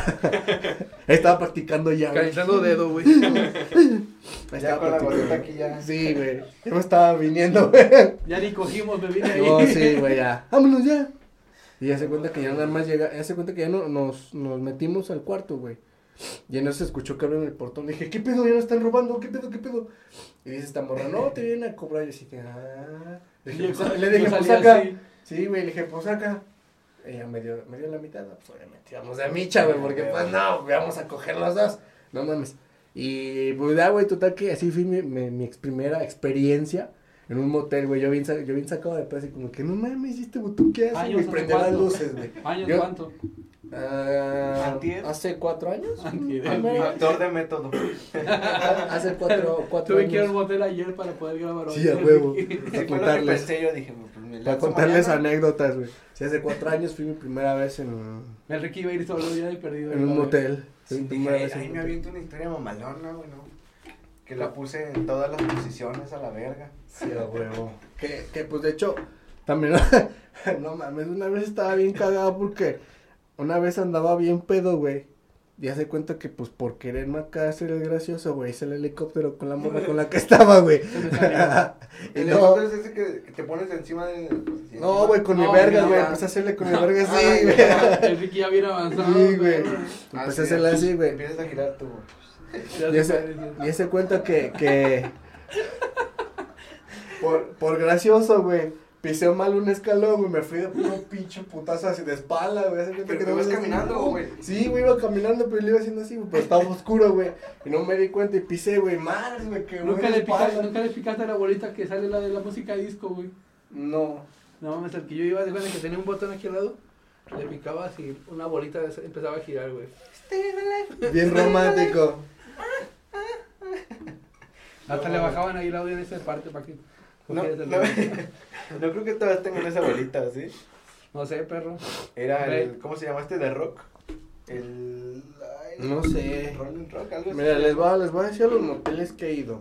S4: estaba practicando ya, güey.
S5: Calentando dedo, güey.
S3: Ya
S4: Estaba
S3: con la gorrita
S4: practicando.
S3: aquí ya.
S4: Sí, güey. Yo me estaba viniendo, güey.
S5: Ya ni cogimos, me vine ahí.
S4: No, Oh, sí, güey, ya. Vámonos ya. Y ya se cuenta que ya nada más llega, ya se cuenta que ya no, nos, nos metimos al cuarto, güey. Y en eso se escuchó que abren el portón. Dije, ¿qué pedo? Ya nos están robando, ¿qué pedo? ¿Qué pedo? Y dice esta morra, no, te vienen a cobrar. Y así que, ah. Le dije,
S5: Yo-
S4: pues, le
S5: yo
S4: dije,
S5: salí
S4: pues acá.
S5: así.
S4: Sí, güey, le dije, pues acá. Ella me dio, me dio la mitad, no, pues obviamente íbamos de micha, güey, porque pues no, vamos a coger los dos. No mames. Y pues ya, güey, total que así fue mi, mi, mi ex primera experiencia en un motel, güey. Yo bien, sa- yo bien sacado de pedo, y como que no mames, ¿y este botón qué hace?
S5: Años,
S4: güey?
S5: ¿hace
S4: prender las
S5: cuánto?
S4: luces, güey.
S5: ¿Años
S4: Yo-
S5: cuánto?
S4: Ah,
S3: ¿Antier?
S4: hace cuatro años.
S5: Antier.
S4: Ah, güey,
S3: Actor de método.
S4: Hace cuatro, cuatro
S5: Tuve que ir al
S4: años.
S5: motel ayer para poder grabar hoy.
S4: Sí, a huevo.
S3: Sí,
S4: Para
S3: fue lo que
S4: contarles.
S3: pensé yo, dije, pues me
S4: Para
S3: lanzo
S4: contarles
S3: mañana.
S4: anécdotas, güey. Sí, hace cuatro años fui mi primera vez en,
S5: El Ricky iba a ir solo ya de perdido.
S4: en un motel. Fui mi
S3: Sí,
S4: primera
S3: dije,
S4: vez en
S3: ay,
S4: un
S3: me
S4: motel.
S3: aviento una historia mamalona, güey, no. Que la puse en todas las posiciones a la verga.
S4: Sí, a huevo. Que, que pues de hecho, también, no mames, una vez estaba bien cagado porque una vez andaba bien pedo, güey. Y hace cuenta que pues por quererme acá hacer el gracioso, güey, hice el helicóptero con la morra con la que estaba, güey. Y
S3: El
S4: no-
S3: helicóptero es ese que, que te pones encima de. pues, así
S4: no, güey, con mi
S5: No,
S4: verga,
S5: no,
S4: güey.
S5: no. Ah,
S4: Empecé a hacerle con mi verga así,
S3: Ay,
S4: güey.
S5: El Ricky ya bien avanzado.
S4: Sí, güey.
S5: pero-
S3: encima.
S4: Empecé a hacerla pues, así, güey.
S3: Ah, Empiezas a girar tú, güey.
S5: Ya
S4: Y
S5: se
S4: ese,
S5: parece.
S4: y ese cuenta que, que por, por gracioso, güey, piseo mal un escalón, güey, me fui de puro pinche putazo así de espalda, güey. hace cuenta
S3: Pero
S4: que
S3: tú
S4: no
S3: ibas
S4: me-
S3: caminando, güey.
S4: Sí, güey, iba caminando, pero le iba haciendo así, güey, pero estaba oscuro, güey. Y no me di cuenta y pisé, güey, madres, güey, que
S5: Nunca le, picaste, nunca le picaste a la bolita que sale la de la música disco, güey.
S4: No.
S5: No mames, el que yo iba, de cuenta que tenía un botón aquí al lado, le picaba así, una bolita de esa- empezaba a girar, güey.
S4: Bien romántico.
S5: Hasta le bajaban ahí el audio en esa parte para que.
S3: No,
S5: cogieras el-
S3: no, no creo que todavía tengan esa bolita, ¿sí?
S5: no sé, perro.
S3: Era
S5: Ve.
S3: el. ¿Cómo se llamaste? ¿De rock? El. ay,
S4: No sé.
S3: Rolling Rock, algo así.
S4: Mira, les voy, a, les voy a decir a los moteles que he ido.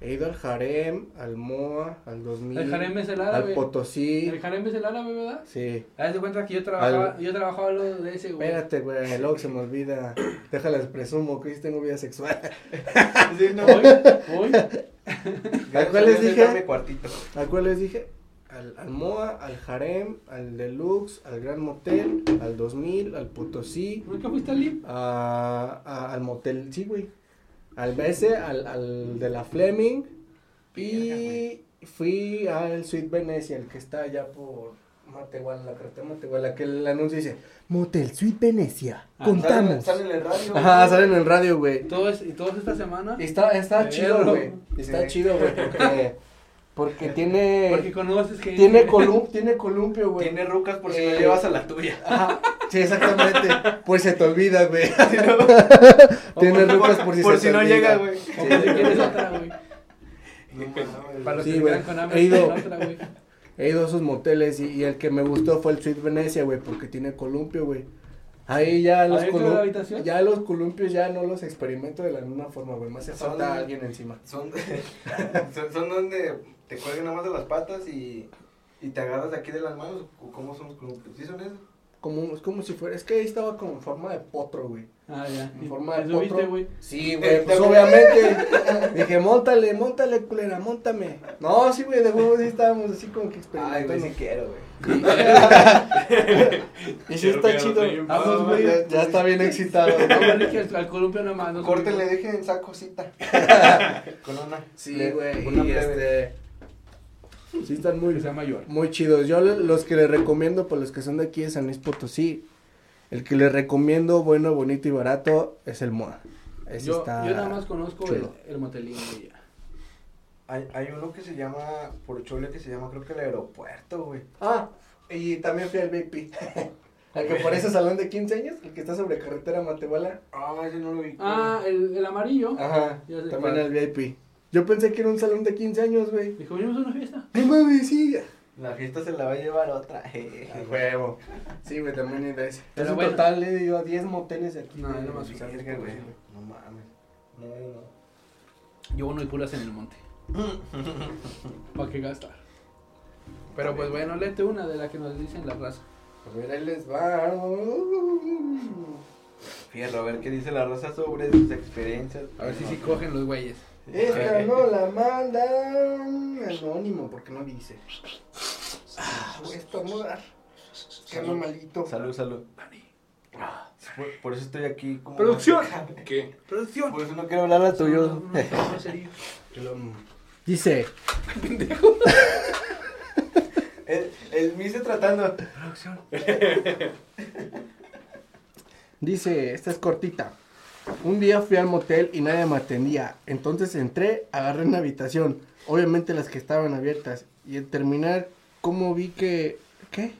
S4: He ido al Harem, al Moa, al 2000.
S5: El harem es el
S4: Al
S5: árabe.
S4: Potosí.
S5: El harem es el árabe, ¿verdad?
S4: Sí.
S5: Haz de cuenta que yo trabajaba,
S4: Al-
S5: yo trabajaba lo de ese, güey.
S4: Espérate, güey, el se me olvida. Déjalas presumo que yo tengo vida sexual.
S3: Sí, no.
S5: Hoy, hoy,
S4: ¿A cuál les
S3: Gracias,
S4: dije?
S3: dame cuartito.
S4: ¿A cuál les dije? Al, al Moa, al Harem, al Deluxe, al Gran Motel, al 2000, al Potosí,
S5: ¿nunca fuiste al Lip?
S4: a, a- al Motel, sí, güey. Al BS, al, al de la Fleming. Y fui al Sweet Venecia, el que está allá por Matehuala, la carretera Matehuala, que el anuncio dice, Motel Sweet Venecia,
S3: Salen
S4: contamos.
S3: salen Ah, en el radio.
S4: Ajá, salen en el radio, güey.
S5: Todos, y todos esta semana.
S4: Y Está, está
S5: Pero-
S4: chido, güey. Está
S3: Sí.
S4: chido, güey, porque, porque tiene,
S5: Porque conoces que.
S4: tiene, colum- tiene columpio, güey.
S3: Tiene rucas por si
S4: Eh.
S3: no llevas a la tuya.
S4: Ajá, sí, exactamente. Pues se te olvida, güey. tiene rucas por si se te
S3: no
S4: olvida.
S3: llega, güey.
S5: O por si quieres otra, güey. Para los
S4: Sí,
S5: que
S4: güey.
S5: quedan con hambre,
S4: He ido.
S5: quieren otra, güey.
S4: He ido a esos moteles y, y el que me gustó fue el Sweet Venecia, güey, porque tiene columpio, güey. Ahí ya los,
S5: ¿Adentro de la
S4: colum-
S5: habitación?
S4: ya los columpios ya no los experimento de la misma forma, güey. Me hace
S3: Son-
S4: falta alguien encima.
S3: Son, son, son donde te cuelgan nada más de las patas y, y te agarras de aquí de las manos. ¿o ¿Cómo son los columpios? ¿Sí son esos?
S4: Como, es como si fuera, es que ahí estaba como en forma de potro, güey.
S5: Ah, ya.
S4: En forma de
S5: Eso viste,
S4: potro.
S5: güey.
S4: Sí, güey,
S3: Eh,
S4: pues
S3: de-
S4: obviamente. Dije, montale, montale, culera, montame. No, sí, güey, de huevo sí estábamos así como que
S3: Ay, güey,
S4: experimentando.
S3: sí quiero, güey.
S4: y sí está chido.
S5: Ah, pues, güey.
S4: Ya, ya está bien excitado,
S5: No,
S4: ¿no?
S5: güey, que al, al columpio nada más. no se
S3: Córtenle, dejen esa cosita. Con una.
S4: Sí,
S3: le-
S4: güey,
S3: una
S4: y
S3: plebe.
S4: este... Sí están
S5: olvide Que
S4: muy,
S5: sea mayor.
S4: muy chidos. Yo le- los que les recomiendo, por los que son de aquí de San Luis Potosí, el que les recomiendo, bueno, bonito y barato, es el MOA. Ese
S5: Yo,
S4: está...
S5: yo nada más conozco el,
S4: chulo.
S5: el motelín, güey. ya.
S3: Hay, hay uno que se llama, por Chole, que se llama creo que el aeropuerto, güey.
S4: Ah, y también fui al VIP. Al que parece salón de 15 años, el que está sobre carretera Matehuala.
S3: Ah, ese no lo vi.
S5: Ah, el, el amarillo.
S4: Ajá,
S5: Ya sé
S4: también
S5: cuál.
S4: al VIP. Yo pensé que era un salón de 15 años, güey.
S5: Dijo, venimos a una fiesta.
S4: No mames, sí.
S3: La fiesta se la va a llevar otra. eh.
S4: huevo. Sí, güey, también era ese. Pero
S5: Pero
S4: en
S5: bueno.
S4: total le dio a 10 moteles de aquí.
S5: No,
S4: de-
S5: yo nomás
S4: de
S5: fui.
S4: San Luis
S3: Verga, güey.
S4: Potosí, güey.
S3: No mames. No, no.
S5: Yo uno y puras en el monte. ¿Para qué gastar? Pero pues bueno, léete una de las que nos dicen la raza.
S4: A ver, ahí les va.
S3: Fierro, a ver qué dice la raza sobre sus experiencias. Eh,
S5: A ver si sí cogen los güeyes.
S4: Esta no la mandan anónimo porque no dice. Ah, voy a estornudar. Que ando malito.
S3: Salud, salud. Ah, Por, por eso estoy aquí como...
S5: Producción.
S6: ¿Qué?
S5: Producción.
S3: Por eso no quiero hablar a tuyo.
S4: Dice.
S3: El, el me hice tratando.
S4: Dice, esta es cortita. Un día fui al motel y nadie me atendía. Entonces entré, agarré una habitación. Obviamente las que estaban abiertas. Y al terminar, ¿cómo vi que... ¿Qué?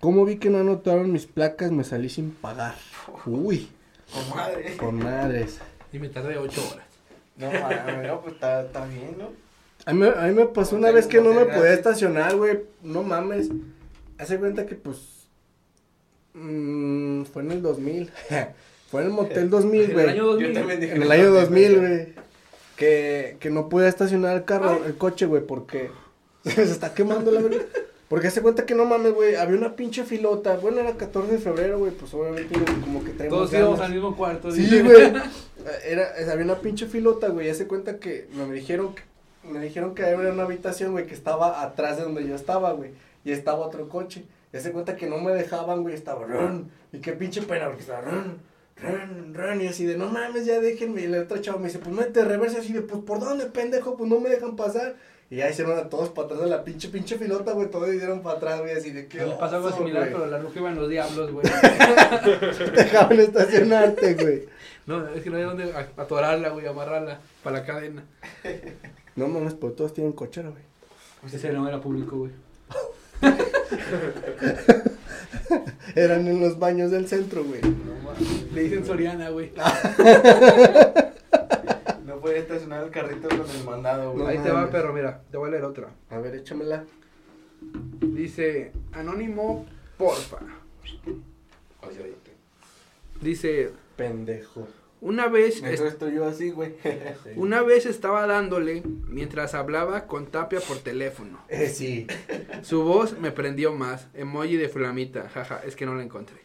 S4: ¿Cómo vi que no anotaron mis placas? Me salí sin pagar. Uy,
S3: Comadre.
S4: con madres.
S5: Y me tardé ocho horas.
S3: No mames, no, pues está está bien, ¿no?
S4: A mí, a mí me pasó una
S3: Motel-
S4: vez que no me
S3: motel
S4: podía
S3: gratis.
S4: estacionar, güey. No mames. Hace cuenta que pues... mm, fue en el 2000. fue en el motel 2000,
S5: En
S4: güey.
S5: el año 2000.
S4: En el año 2000, güey. Que, que no podía estacionar el carro, el coche, güey, porque se está quemando la verga. Porque se cuenta que no mames, güey, había una pinche filota. Bueno, era 14 de febrero, güey, pues obviamente como que traemos
S5: Todos íbamos
S4: ganas.
S5: al mismo cuarto.
S4: Sí,
S5: dice.
S4: güey. Era, es- había una pinche filota, güey. Ya se cuenta que me dijeron que, me dijeron que había una habitación, güey, que estaba atrás de donde yo estaba, güey. Y estaba otro coche. Ya se cuenta que no me dejaban, güey. Estaba run. Y qué pinche pena, porque estaba run, run, run. Y así de, no mames, ya déjenme. Y el otro chavo me dice, pues mete reversa. Así de, pues por dónde, pendejo, pues no me dejan pasar. Y ya hicieron a todos para atrás de la pinche, pinche filota, güey. Todos hicieron para atrás, güey. Así de, qué.
S5: Me pasó algo
S4: oso,
S5: similar,
S4: güey.
S5: pero la ruca iba en los diablos, güey.
S4: Te dejaban estacionarte, güey.
S5: No, es que no hay dónde a- atorarla, güey, amarrarla para la cadena.
S4: No mames, pues todos tienen cochera, güey.
S5: Ese no era público, güey.
S4: Eran en los baños del centro, güey.
S5: Le dicen Soriana, güey.
S3: No puede estacionar el carrito con el mandado, güey.
S4: No
S5: Ahí te va,
S4: mames.
S5: perro, mira, te voy a leer otra.
S4: A ver, échamela.
S5: Dice, anónimo, porfa. Dice,
S4: Pendejo.
S5: una vez, est-
S3: Mejor estoy yo así, güey.
S5: una vez estaba dándole mientras hablaba con Tapia por teléfono.
S4: Eh, sí.
S5: Su voz me prendió más. Emoji de flamita. Jaja, es que no la encontré.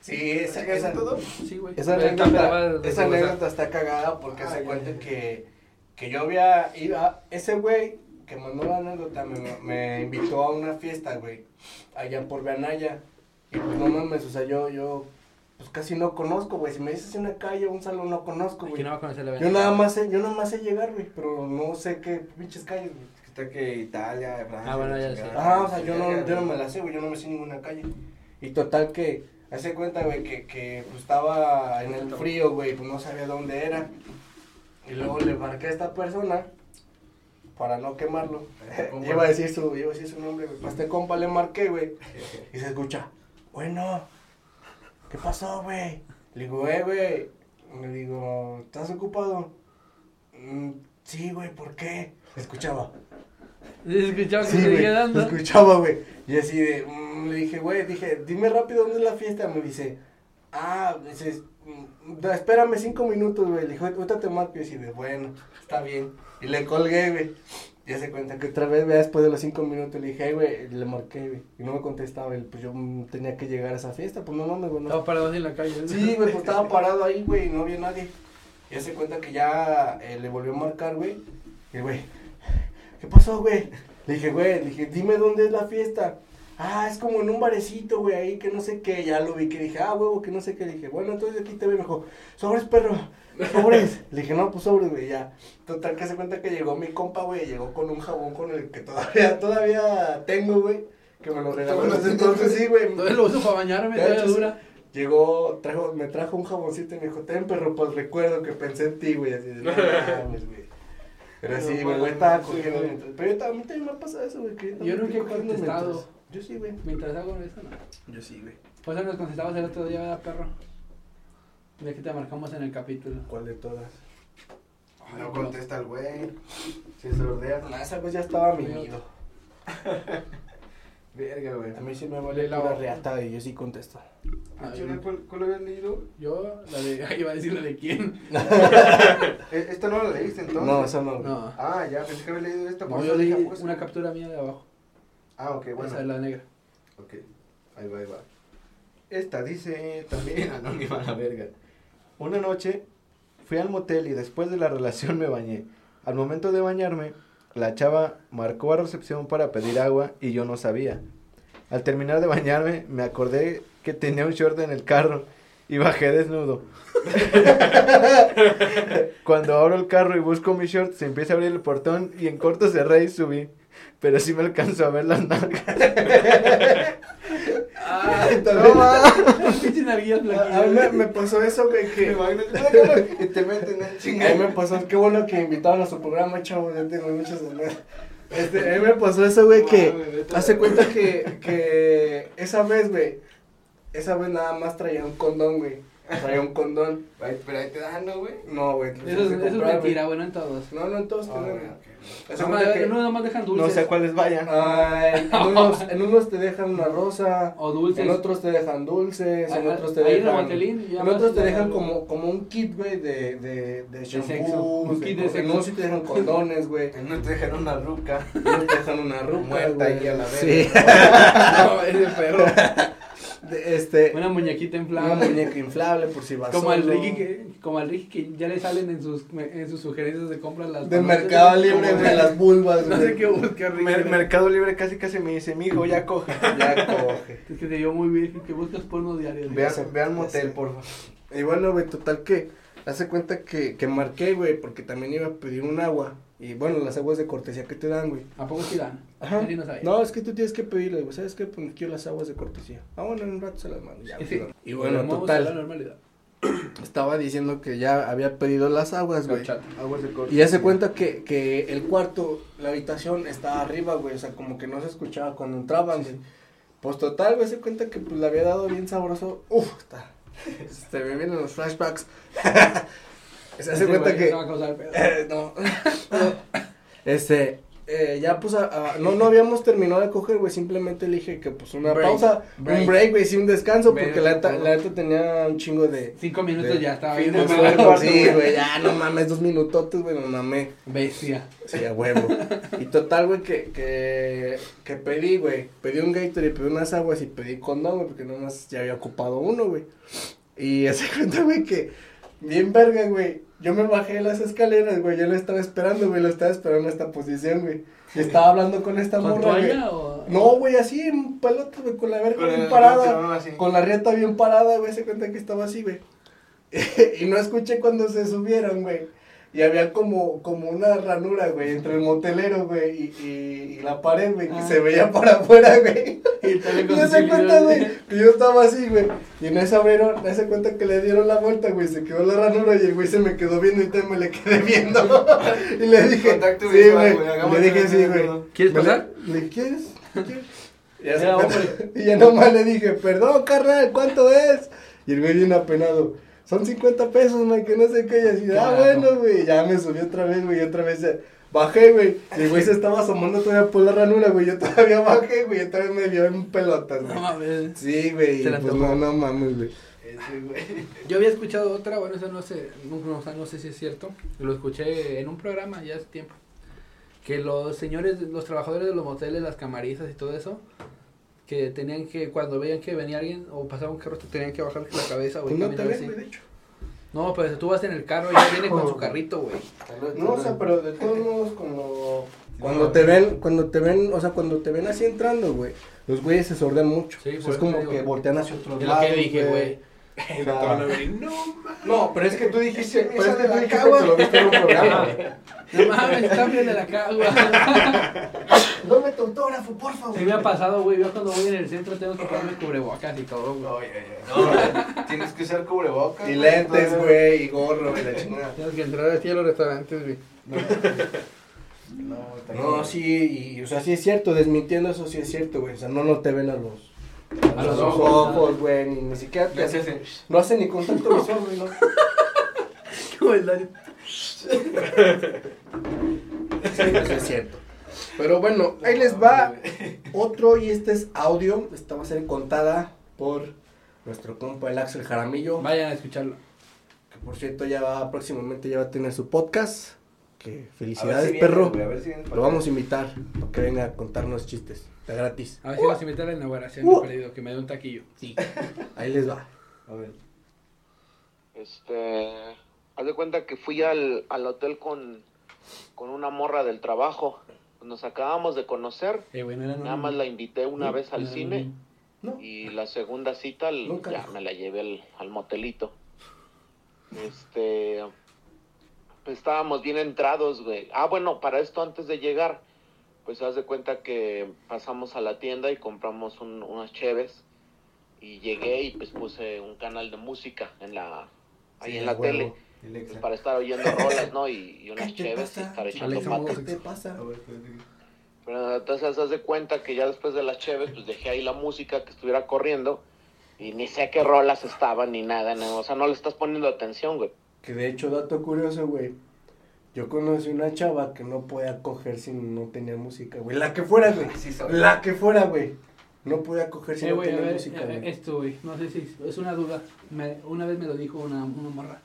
S4: sí, esa,
S3: ¿Eso
S4: esa,
S3: es todo?
S5: Sí, güey.
S4: esa
S5: Pero Tapia la va a
S4: anécdota, esa
S5: desglosar.
S4: anécdota está cagada porque
S3: Ah,
S4: se
S3: ya,
S4: cuenta
S3: ya.
S4: que, que yo había ido a- Ese güey que mandó la anécdota me, me invitó a una fiesta, güey. Allá por Veanaya. Y pues no mames, o sea, yo, yo pues casi no conozco, güey. Si me dices una calle o un salón, no conozco,
S5: Que
S4: güey.
S5: no va a conocer la
S4: Yo
S5: ventana.
S4: nada más sé, yo nada más sé llegar, güey, pero no sé qué pinches calles, güey.
S3: Está que Italia, Francia.
S5: Ah, bueno, ya
S3: sé.
S5: sé.
S4: Ajá, o sea, yo no, yo no me la sé, güey, yo no me sé ninguna calle. Y total que, hace cuenta, güey, que, que pues, estaba en el frío, güey, pues no sabía dónde era. Y luego le marqué a esta persona para no quemarlo. iba, a decir su, iba a decir su nombre, güey. Para este compa le marqué, güey. Y se escucha, bueno, ¿qué pasó, güey? Le digo, eh, güey. Le digo, ¿estás ocupado? "Mm, sí, güey, ¿por qué? Se escuchaba.
S5: Escuchaba que
S4: Sí,
S5: te
S4: güey,
S5: seguía
S4: lo
S5: dando.
S4: escuchaba, güey. Y así de, mm, le dije, güey, dije, dime rápido dónde es la fiesta. Me dice, ah, dices, mm, da- espérame cinco minutos, güey. Le dije, ahorita te marco. Y así de, bueno, está bien. Y le colgué, güey. Ya se cuenta que otra vez, vea, después de los cinco minutos, le dije, "Ey, güey, le marqué, güey. Y no me contestaba, y pues yo mm, tenía que llegar a esa fiesta, pues no mames, güey. no-
S5: Estaba parados en la calle. ¿eh?
S4: Sí, güey, pues estaba parado ahí, güey, y no había nadie. Ya se cuenta que ya eh, le volvió a marcar, güey. Y, güey, ¿qué pasó, güey? Le dije, güey, le dije, dime dónde es la fiesta. Ah, es como en un barecito, güey, ahí que no sé qué. Ya lo vi que dije, ah, huevo, que no sé qué. Le dije, bueno, entonces aquí te veo. Y Me dijo, sobres, perro, sobres. Le dije, no, pues sobres, güey, ya. Total, que se cuenta que llegó mi compa, güey, llegó con un jabón con el que todavía, todavía tengo, güey. Que me lo regaló en ese entonces, sí, güey.
S5: Todavía lo uso para bañarme,
S4: Ya,
S5: todavía
S4: chis-
S5: dura.
S4: Llegó, trajo, me trajo un jaboncito y me dijo, ten perro, pues recuerdo que pensé en ti, güey, así de, "No mames, güey. Pero sí, güey, güey, estaba cogiendo mientras- Pero yo, ta- a mí también me ha pasado eso, güey, que también
S5: nunca
S4: estoy
S5: he
S4: cogiendo
S5: contestado.
S4: mientras- Yo sí, güey.
S5: Mientras hago eso, no.
S2: Yo sí, güey.
S5: Pues nos contestabas el otro día, ¿verdad, perro? De que te marcamos en el capítulo.
S4: ¿Cuál de todas?
S3: No contesta el güey. Si se ordea.
S4: No, esa vez ya estaba mi nido.
S3: Verga, güey.
S4: A mí sí me vale
S5: la
S4: la
S5: otra.
S4: reata y yo sí contesto.
S5: Ah,
S3: Chile, ¿Cuál cuál habías leído?
S5: Yo, la de. Iba a decir la de quién.
S3: Eh, ¿Esta no la leíste entonces?
S4: No, esa no, güey.
S5: No.
S3: Ah, ya, pensé que había leído esta. por
S5: No,
S3: eso
S5: yo leí
S3: dije, pues,
S5: una captura mía de abajo.
S3: Ah, ok, bueno.
S5: Esa es la negra.
S3: Ok, ahí va, ahí va. Esta dice también ah, anónima la verga. Una noche fui al motel y después de la relación me bañé. Al momento de bañarme, la chava marcó a recepción para pedir agua y yo no sabía. Al terminar de bañarme, me acordé que tenía un short en el carro y bajé desnudo. Cuando abro el carro y busco mi short, se empieza a abrir el portón y en corto cerré y subí. Pero sí me alcanzó a ver las nalgas.
S5: Ah,
S4: No, ma.
S5: pinche narguillas
S4: A a mí me,
S5: blanquitas.
S4: me pasó eso, güey, que...
S3: y te meten en
S4: A mí me pasó, qué bueno que invitaron a su programa, chavos, yo tengo muchas ganas. Este, a mí me pasó eso, güey, que hace cuenta que, que esa vez, güey, esa vez nada más traía un condón, güey. Traía un condón.
S3: Pero ahí te dan, ¿no, güey?
S4: No, güey. no
S5: Eso es,
S4: se
S5: eso
S4: puede
S5: es
S4: comprar,
S5: mentira, bueno, en todos.
S4: güey. No, no, en todos
S3: Ah,
S4: tienen,
S3: güey,
S4: güey.
S3: ok.
S4: Hace
S5: No,
S4: cuenta que-
S5: no, nomás dejan
S3: No
S5: dulces.
S3: sé a cuáles vayan.
S4: Ay, en, unos, en unos te dejan una rosa,
S5: O dulces.
S4: en otros te dejan dulces, en
S5: Ah,
S4: otros te
S5: ahí en el
S4: dejan...
S5: Guatelín ya
S4: en
S5: más
S4: otros te
S5: la-
S4: dejan como, como un kit, güey, de, de, de
S5: sexo,
S4: shampoo.
S5: un kit de
S4: En
S5: sexo.
S4: unos sí te dejan condones, güey.
S3: No te dejaron una ruca.
S4: No te dejan una ruca,
S3: Muerta
S4: güey.
S3: ahí a la verga.
S4: Sí.
S5: No, es de perro.
S4: De- este,
S5: Una muñequita inflada.
S4: una muñeca inflable por si vas
S5: Como al
S4: solo.
S5: Ricky que, como al Ricky que ya le salen en sus, en sus sugerencias de compra las
S4: De
S5: palomitas.
S4: Mercado Libre,
S5: Como-
S4: güey, las bulbas,
S5: No
S4: güey.
S5: sé qué busca Ricky.
S3: Mer- Mercado Libre casi casi me dice, mijo, ya coja.
S4: Ya coge.
S5: Es que te dio muy bien que buscas porno diario.
S3: Ve,
S5: Veas.
S3: a- ve al motel,
S4: sé.
S3: por favor.
S4: Y bueno, güey, total que hace cuenta que, que marqué, güey, porque también iba a pedir un agua. Y bueno, las aguas de cortesía que te dan, güey.
S5: ¿A poco sí dan?
S4: Ajá.
S5: Nadie no sabía.
S4: No, es que tú tienes que pedirle, güey. ¿Sabes qué? Pues quiero las aguas de cortesía. Ah, bueno, en un rato se las mando. ya, güey. Y
S5: Pero
S4: bueno,
S5: vamos a la
S4: total.
S5: normalidad.
S4: estaba diciendo que ya había pedido las aguas, güey.
S5: Pues,
S1: Cachata.
S3: Aguas de corte.
S4: Y hace cuenta que, que el cuarto, la habitación estaba arriba, güey. O sea, como que no se escuchaba cuando entraban, güey. Pues total, güey, se cuenta que pues le había dado bien sabroso. Uf, está. Se me vienen los flashbacks. se hace cuenta que. Eh, no. este. eh, ya pues a- a- no, no habíamos terminado de coger, güey, simplemente le dije que pues una
S5: Break,
S4: pausa,
S5: break.
S4: un break, güey, sí, un descanso,
S5: Break,
S4: porque la neta,
S5: todo.
S4: la neta tenía un chingo de...
S5: Cinco minutos
S4: de-
S5: ya estaba
S3: fin
S5: bien.
S3: de
S5: mamado.
S3: sueño. cuarto,
S4: Sí,
S3: güey.
S4: güey, ya no mames, dos minutotes, güey, me mamé.
S5: Bestia.
S4: Sí, a huevo. Y total, güey, que, que, que pedí, güey. Pedí un Gatorade, pedí unas aguas y pedí condón, güey, porque nomás ya había ocupado uno, güey. Y hace cuenta, güey, que bien verga, güey. Yo me bajé de las escaleras, güey. Yo lo estaba esperando, güey. Lo estaba esperando en esta posición, güey. Y estaba hablando con esta
S5: ¿Con
S4: morra, güey.
S5: toalla o...?
S4: No, güey, así en pelota, güey, con la verga
S3: Con
S4: bien
S3: el-
S4: parada.
S3: no, así.
S4: Con la rieta bien parada, güey, se cuenta que estaba así, güey. y no escuché cuando se subieron, güey. Y había como, como una ranura, güey, entre el motelero, güey, y, y, y la pared, güey, que
S5: Ah.
S4: se veía para afuera, güey.
S5: Y te le
S4: Y se
S5: consiguió-
S4: cuenta, güey, que yo estaba así, güey. Y en esa abrieron, se cuenta que le dieron la vuelta, güey, se quedó la ranura y el güey se me quedó viendo y también me le quedé viendo. y le dije,
S3: Contacto
S4: sí,
S3: visual,
S4: güey.
S3: güey,
S4: Le
S3: hagamos
S4: dije,
S3: un-
S4: sí, güey.
S5: ¿Quieres
S4: Me le-
S5: pasar?
S4: ¿Le quieres? ¿Quieres? Y
S5: Era
S4: ya, y ya nomás le dije, perdón, carnal, ¿cuánto es? Y el güey bien apenado, son 50 pesos, man, que no sé qué. Y así, ah,
S5: Claro.
S4: bueno, güey. Ya me subí otra vez, güey, y otra vez ya- Bajé, güey. Y el güey se estaba asomando todavía por la ranura, güey. Yo todavía bajé, güey. y Otra vez me vio en pelotas, güey.
S5: No mames.
S4: Sí, güey.
S5: Se la
S4: Pues
S5: tomó.
S4: no, no mames, güey.
S3: Ese, güey.
S5: Yo había escuchado otra, bueno, esa no sé, no, no, o sea, no sé si es cierto. Lo escuché en un programa ya hace tiempo. Que los señores, los trabajadores de los moteles, las camarizas y todo eso, que tenían que, cuando veían que venía alguien o pasaba un carro, te tenían que bajar la cabeza, güey.
S4: Pues no te
S5: caminar
S4: ves,
S5: así.
S4: güey, Oh. de hecho.
S5: No, pero si tú vas en el carro, ya viene con su carrito, güey.
S4: No, o sea, pero de todos modos, cuando. Cuando te ven, cuando te ven, o sea, cuando te ven así entrando, güey, los güeyes se sordean mucho.
S5: Sí,
S4: O sea,
S5: por
S4: es
S5: eso te
S4: como
S5: digo.
S4: que voltean hacia otros
S5: Es lo
S4: lados.
S5: que dije, güey.
S6: Y te van a venir, no, mames.
S4: No, pero es que tú dijiste,
S3: Pero es que tú dijiste que lo viste en un programa, güey.
S5: No mames, está bien de la cagua.
S4: Dame tu autógrafo, por favor.
S5: Se me ha pasado, güey. Yo cuando voy en el centro tengo que ponerme cubrebocas y todo, güey.
S3: No, tienes que usar cubrebocas.
S4: Y
S3: güey,
S4: lentes,
S3: todavía.
S4: güey, y gorro, güey, la chingada.
S5: Tienes que entrar así a los restaurantes, güey.
S3: No, está
S4: No,
S3: cabrón.
S4: sí, y, o sea, sí es cierto, desmintiendo eso sí es cierto, güey. O sea, no, no te ven a los,
S5: A los ojos.
S4: güey, ni, ni siquiera te
S3: Le haces
S4: hacen.
S3: el-
S4: No hacen ni contacto visual, güey, no.
S5: Güey, la-
S4: Eso es cierto. Pero bueno, ahí les va otro, y este es audio. Esta va a ser contada por nuestro compa, el Axel Jaramillo.
S5: Vayan a escucharlo.
S4: Que por cierto, ya va, próximamente ya va a tener su podcast. Que
S3: A ver
S4: felicidades,
S3: si viene,
S4: perro.
S3: güey, a ver si viene
S4: Lo vamos a invitar para que venga a contarnos chistes. Está gratis.
S5: A ver si los invito a la inauguración
S4: Uh.
S5: de perdido, que me dé un taquillo. Sí.
S4: Ahí les va.
S3: A ver.
S7: Este, haz de cuenta que fui al, al hotel con, con una morra del trabajo. Nos acabamos de conocer.
S5: Eh, güey, no era
S7: Nada más la invité una vez al
S5: no, no,
S7: cine
S4: No.
S7: y la segunda cita l-
S4: Nunca
S7: ya
S4: dijo.
S7: me la llevé al, al motelito. Este, pues estábamos bien entrados, güey. Ah, bueno, para esto antes de llegar, pues haz de cuenta que pasamos a la tienda y compramos un- unas cheves y llegué y pues puse un canal de música en la ahí
S4: Sí,
S7: en la
S4: huevo.
S7: tele
S3: El
S7: pues,
S3: extra.
S7: para estar oyendo rolas, ¿no? Y, y unas cheves y estar echando
S5: Alexa,
S7: pata.
S5: ¿qué te
S4: pasa?
S3: A ver, espérate.
S7: Pero entonces haz de cuenta que ya después de las cheves, pues dejé ahí la música que estuviera corriendo y ni sé qué rolas estaban ni nada, no, o sea, no le estás poniendo atención, güey.
S4: Que de hecho, dato curioso, güey. Yo conocí una chava que no podía coger si no tenía música, güey. La que fuera, güey.
S3: Sí, sabe.
S4: La que fuera, güey. No podía coger si
S5: Eh,
S4: no
S5: güey, a
S4: tenía
S5: ver,
S4: música,
S5: eh,
S4: güey.
S5: esto, güey, no sé si es una duda. Me- una vez me lo dijo una, una morra,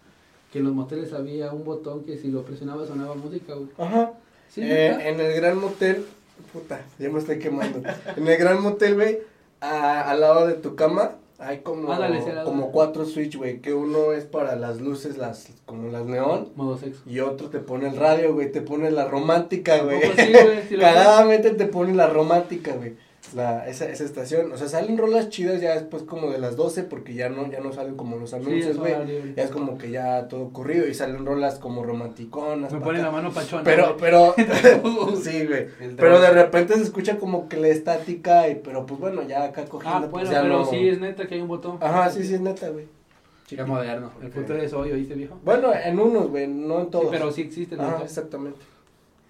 S5: que en los moteles había un botón que si lo presionaba sonaba música, güey.
S4: Ajá.
S5: Sí,
S4: Eh,
S5: ¿verdad?
S4: en el Gran Motel, puta, ya me estoy quemando. en el Gran Motel, güey, a- al lado de tu cama hay como,
S5: Ándale, sí, al lado.
S4: como cuatro switch, güey, que uno es para las luces, las como las neón,
S5: Modo sexo.
S4: y otro te pone el radio, güey, te pone la romántica, güey.
S5: Tampoco así, güey, si lo-
S4: Cagadamente te pone la romántica, güey. La, esa, esa estación, o sea, salen rolas chidas ya después como de las 12 porque ya no ya no salen como los
S5: Sí,
S4: anuncios,
S5: es
S4: güey.
S5: hora libre.
S4: ya es como que ya todo corrido y salen rolas como romanticonas.
S5: Me
S4: pa'
S5: pone
S4: acá.
S5: la mano pachona.
S4: Pero,
S5: güey.
S4: pero, sí, güey.
S3: El
S4: Pero de
S3: drama.
S4: repente se escucha como que la estática, y, pero pues bueno, ya acá cogiendo.
S5: Ah,
S4: pues,
S5: bueno,
S4: ya
S5: pero
S4: no-
S5: sí es neta que hay un botón.
S4: Ajá, sí, sí, es neta, güey.
S5: Qué moderno. El punto es hoy, ¿oíste, viejo?
S4: Bueno, en unos, güey, no en todos.
S5: Sí, pero sí existen.
S4: Ajá,
S5: ¿no?
S4: exactamente.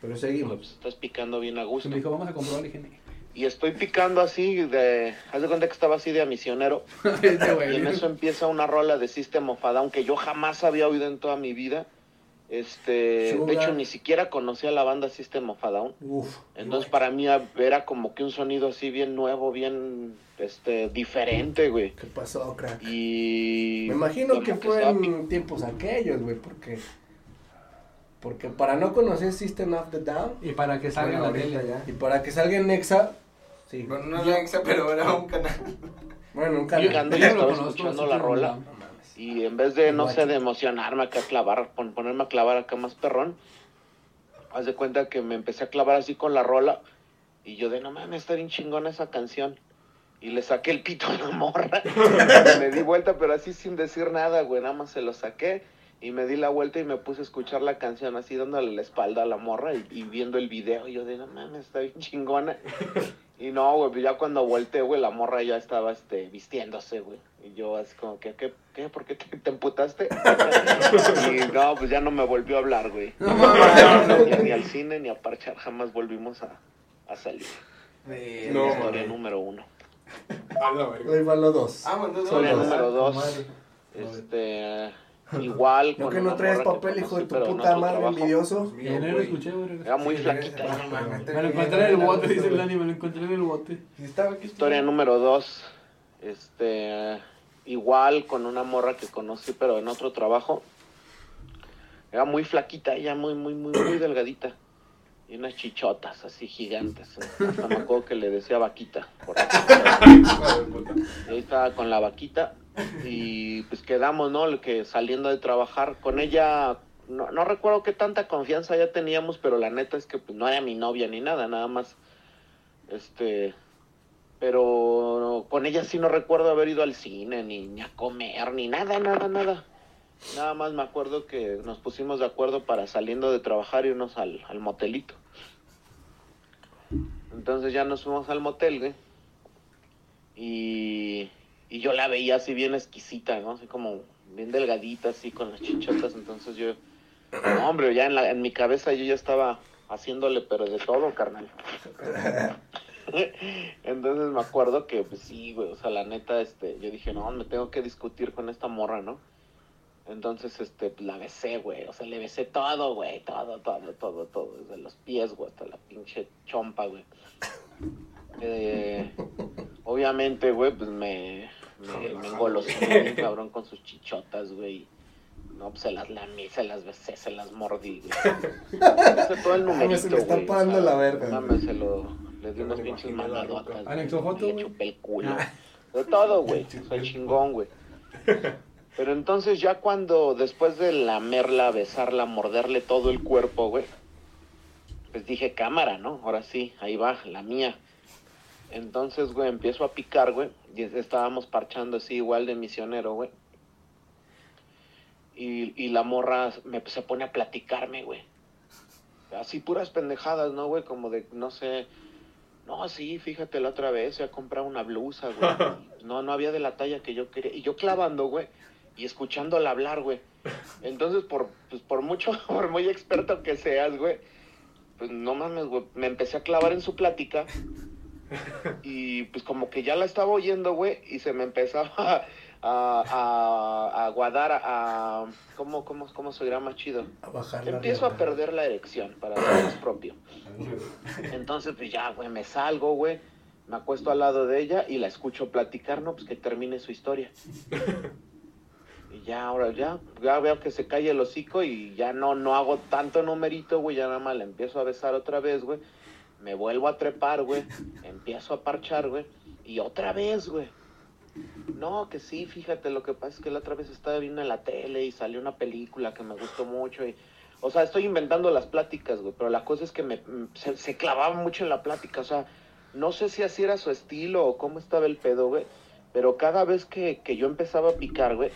S4: Pero
S7: Pues,
S4: seguimos.
S7: estás picando bien a gusto.
S5: me dijo, vamos a comprobar, le dije, "Nee".
S7: Y estoy picando así de... Haz de cuenta que estaba así de a misionero.
S5: Ese
S7: Y en
S5: Este güey.
S7: eso empieza una rola de System of a Down que yo jamás había oído en toda mi vida. Este, de hecho,
S4: Sugar.
S7: ni siquiera conocía la banda System of a Down.
S4: Uf.
S7: Entonces, para mí a- era como que un sonido así bien nuevo, bien este diferente, güey.
S4: ¿Qué pasó, crack?
S7: Y.
S4: Me imagino
S7: como
S4: que fue
S7: estaba
S4: en tiempos aquellos, güey, porque... Porque para no conocer System of the Down...
S5: Y para que salga
S3: Bueno,
S5: la
S3: ahorita
S5: tele.
S3: ya.
S4: Y para que salga en Nexa... Sí.
S3: Bueno, no era Exa, pero era un canal.
S4: Bueno, nunca...
S5: Yo-
S7: Picando y
S5: yo no
S7: estaba
S5: lo conozco,
S7: escuchando
S5: sí,
S7: la
S5: pero
S7: rola.
S5: no mames.
S7: Y en vez de, no
S4: Igual.
S7: sé, de emocionarme acá a clavar, pon- ponerme a clavar acá más perrón, haz de cuenta que me empecé a clavar así con la rola. Y yo de, no mames, está bien chingona esa canción. Y le saqué el pito a la morra. me di vuelta, pero así sin decir nada, güey. Nada más se lo saqué. Y me di la vuelta y me puse a escuchar la canción así, dándole la espalda a la morra y, y viendo el video. Y yo de, no mames, está bien chingona. Y no, güey, pues ya cuando volteé, güey, la morra ya estaba, este, vistiéndose, güey. Y yo así como que, ¿qué? qué ¿Por qué te, te emputaste? y no, pues ya no me volvió a hablar, güey.
S5: No mames.
S7: Ya ni al cine ni a parchar jamás volvimos a, a salir.
S6: No,
S7: Historia
S6: mames.
S7: número uno.
S6: A la verga.
S4: Eh, Ahí van los dos.
S3: Ah, mandó
S7: Historia
S3: dos.
S7: número dos.
S3: Madre.
S7: Este, igual.
S4: Yo
S7: con
S4: que no
S7: una
S4: traes
S7: morra que
S4: papel, hijo de
S7: conocí,
S4: tu
S7: pero en
S4: puta
S7: otro
S4: madre,
S7: trabajo.
S4: envidioso.
S5: Ya no lo escuché, güey.
S7: Era muy
S3: Sí,
S7: flaquita.
S3: regresa, no, mames,
S5: Me lo encontré en el
S3: bien,
S5: bote, dice el
S3: güey.
S5: Dani, me lo encontré en el bote.
S3: Sí, estaba aquí.
S7: Historia número dos. Este, igual con una morra que conocí, pero en otro trabajo. Era muy flaquita, ella muy, muy, muy, muy delgadita. Y unas chichotas así gigantes. Hasta me acuerdo que le decía vaquita. por ahí. Y ahí estaba con la vaquita. Y pues quedamos, ¿no? El Que saliendo de trabajar con ella. No, no recuerdo qué tanta confianza ya teníamos, pero la neta es que pues, no era mi novia ni nada, nada más. Este, pero con ella sí no recuerdo haber ido al cine, ni, ni a comer, ni nada, nada, nada. Nada más me acuerdo que nos pusimos de acuerdo para saliendo de trabajar irnos al, al motelito. Entonces ya nos fuimos al motel, güey. Y, y yo la veía así bien exquisita, ¿no? Así como bien delgadita, así con las chichotas. Entonces yo, no, hombre, ya en, la- en mi cabeza yo ya estaba haciéndole, pero de todo, carnal. Entonces me acuerdo que, pues sí, güey, o sea, la neta, este, yo dije, no, me tengo que discutir con esta morra, ¿no? Entonces, este, pues, la besé, güey, o sea, le besé todo, güey, todo, todo, todo, todo, desde los pies, güey, hasta la pinche chompa, güey. Eh, obviamente, güey, pues me, me, me engolosiné bien cabrón con sus chichotas, güey. No, pues se las lamí, se las besé, se las mordí, güey. Hice todo el
S4: Ah, me se
S7: numerito,
S4: me está
S7: güey, o
S4: parando
S7: sea,
S4: la verga,
S7: mames,
S4: güey.
S7: se lo, le di
S6: Ya me
S7: unas
S6: lo
S7: pinches
S6: imaginé, la
S7: manadotas,
S6: roca.
S7: güey,
S5: ¿Anexo foto,
S7: le
S5: güey?
S7: chupé el culo.
S5: Ah.
S7: De todo, güey. Soy chingón, güey. Pero entonces ya cuando, después de lamerla, besarla, morderle todo el cuerpo, güey, pues dije, cámara, ¿no? Ahora sí, ahí va, la mía. Entonces, güey, empiezo a picar, güey. Y estábamos parchando así igual de misionero, güey. Y, y la morra me, se pone a platicarme, güey. Así puras pendejadas, ¿no, güey? Como de, no sé, no, sí, fíjate la otra vez, se ha comprado una blusa, güey. No, no había de la talla que yo quería. Y yo clavando, güey, y escuchándola hablar, güey. Entonces, por, pues, por mucho, por muy experto que seas, güey, pues no mames, güey. Me empecé a clavar en su plática. Y pues como que ya la estaba oyendo, güey, y se me empezaba a, a, a aguadar, a... ¿Cómo, cómo, cómo se dirá más chido?
S4: A bajar la
S7: Empiezo a
S4: rienda.
S7: perder la erección, para ser más propio. Entonces, pues ya, güey, me salgo, güey. Me acuesto al lado de ella y la escucho platicar, ¿no? Pues que termine su historia. Y ya, ahora ya, ya veo que se cae el hocico y ya no, no hago tanto numerito, güey. Ya nada más la empiezo a besar otra vez, güey. Me vuelvo a trepar, güey. Empiezo a parchar, güey. Y otra vez, güey. No, que sí, fíjate, lo que pasa es que la otra vez estaba viendo en la tele y salió una película que me gustó mucho y o sea, estoy inventando las pláticas, güey, pero la cosa es que me, mm, se, se clavaba mucho en la plática, o sea, no sé si así era su estilo o cómo estaba el pedo, güey, pero cada vez que, que yo empezaba a picar, güey,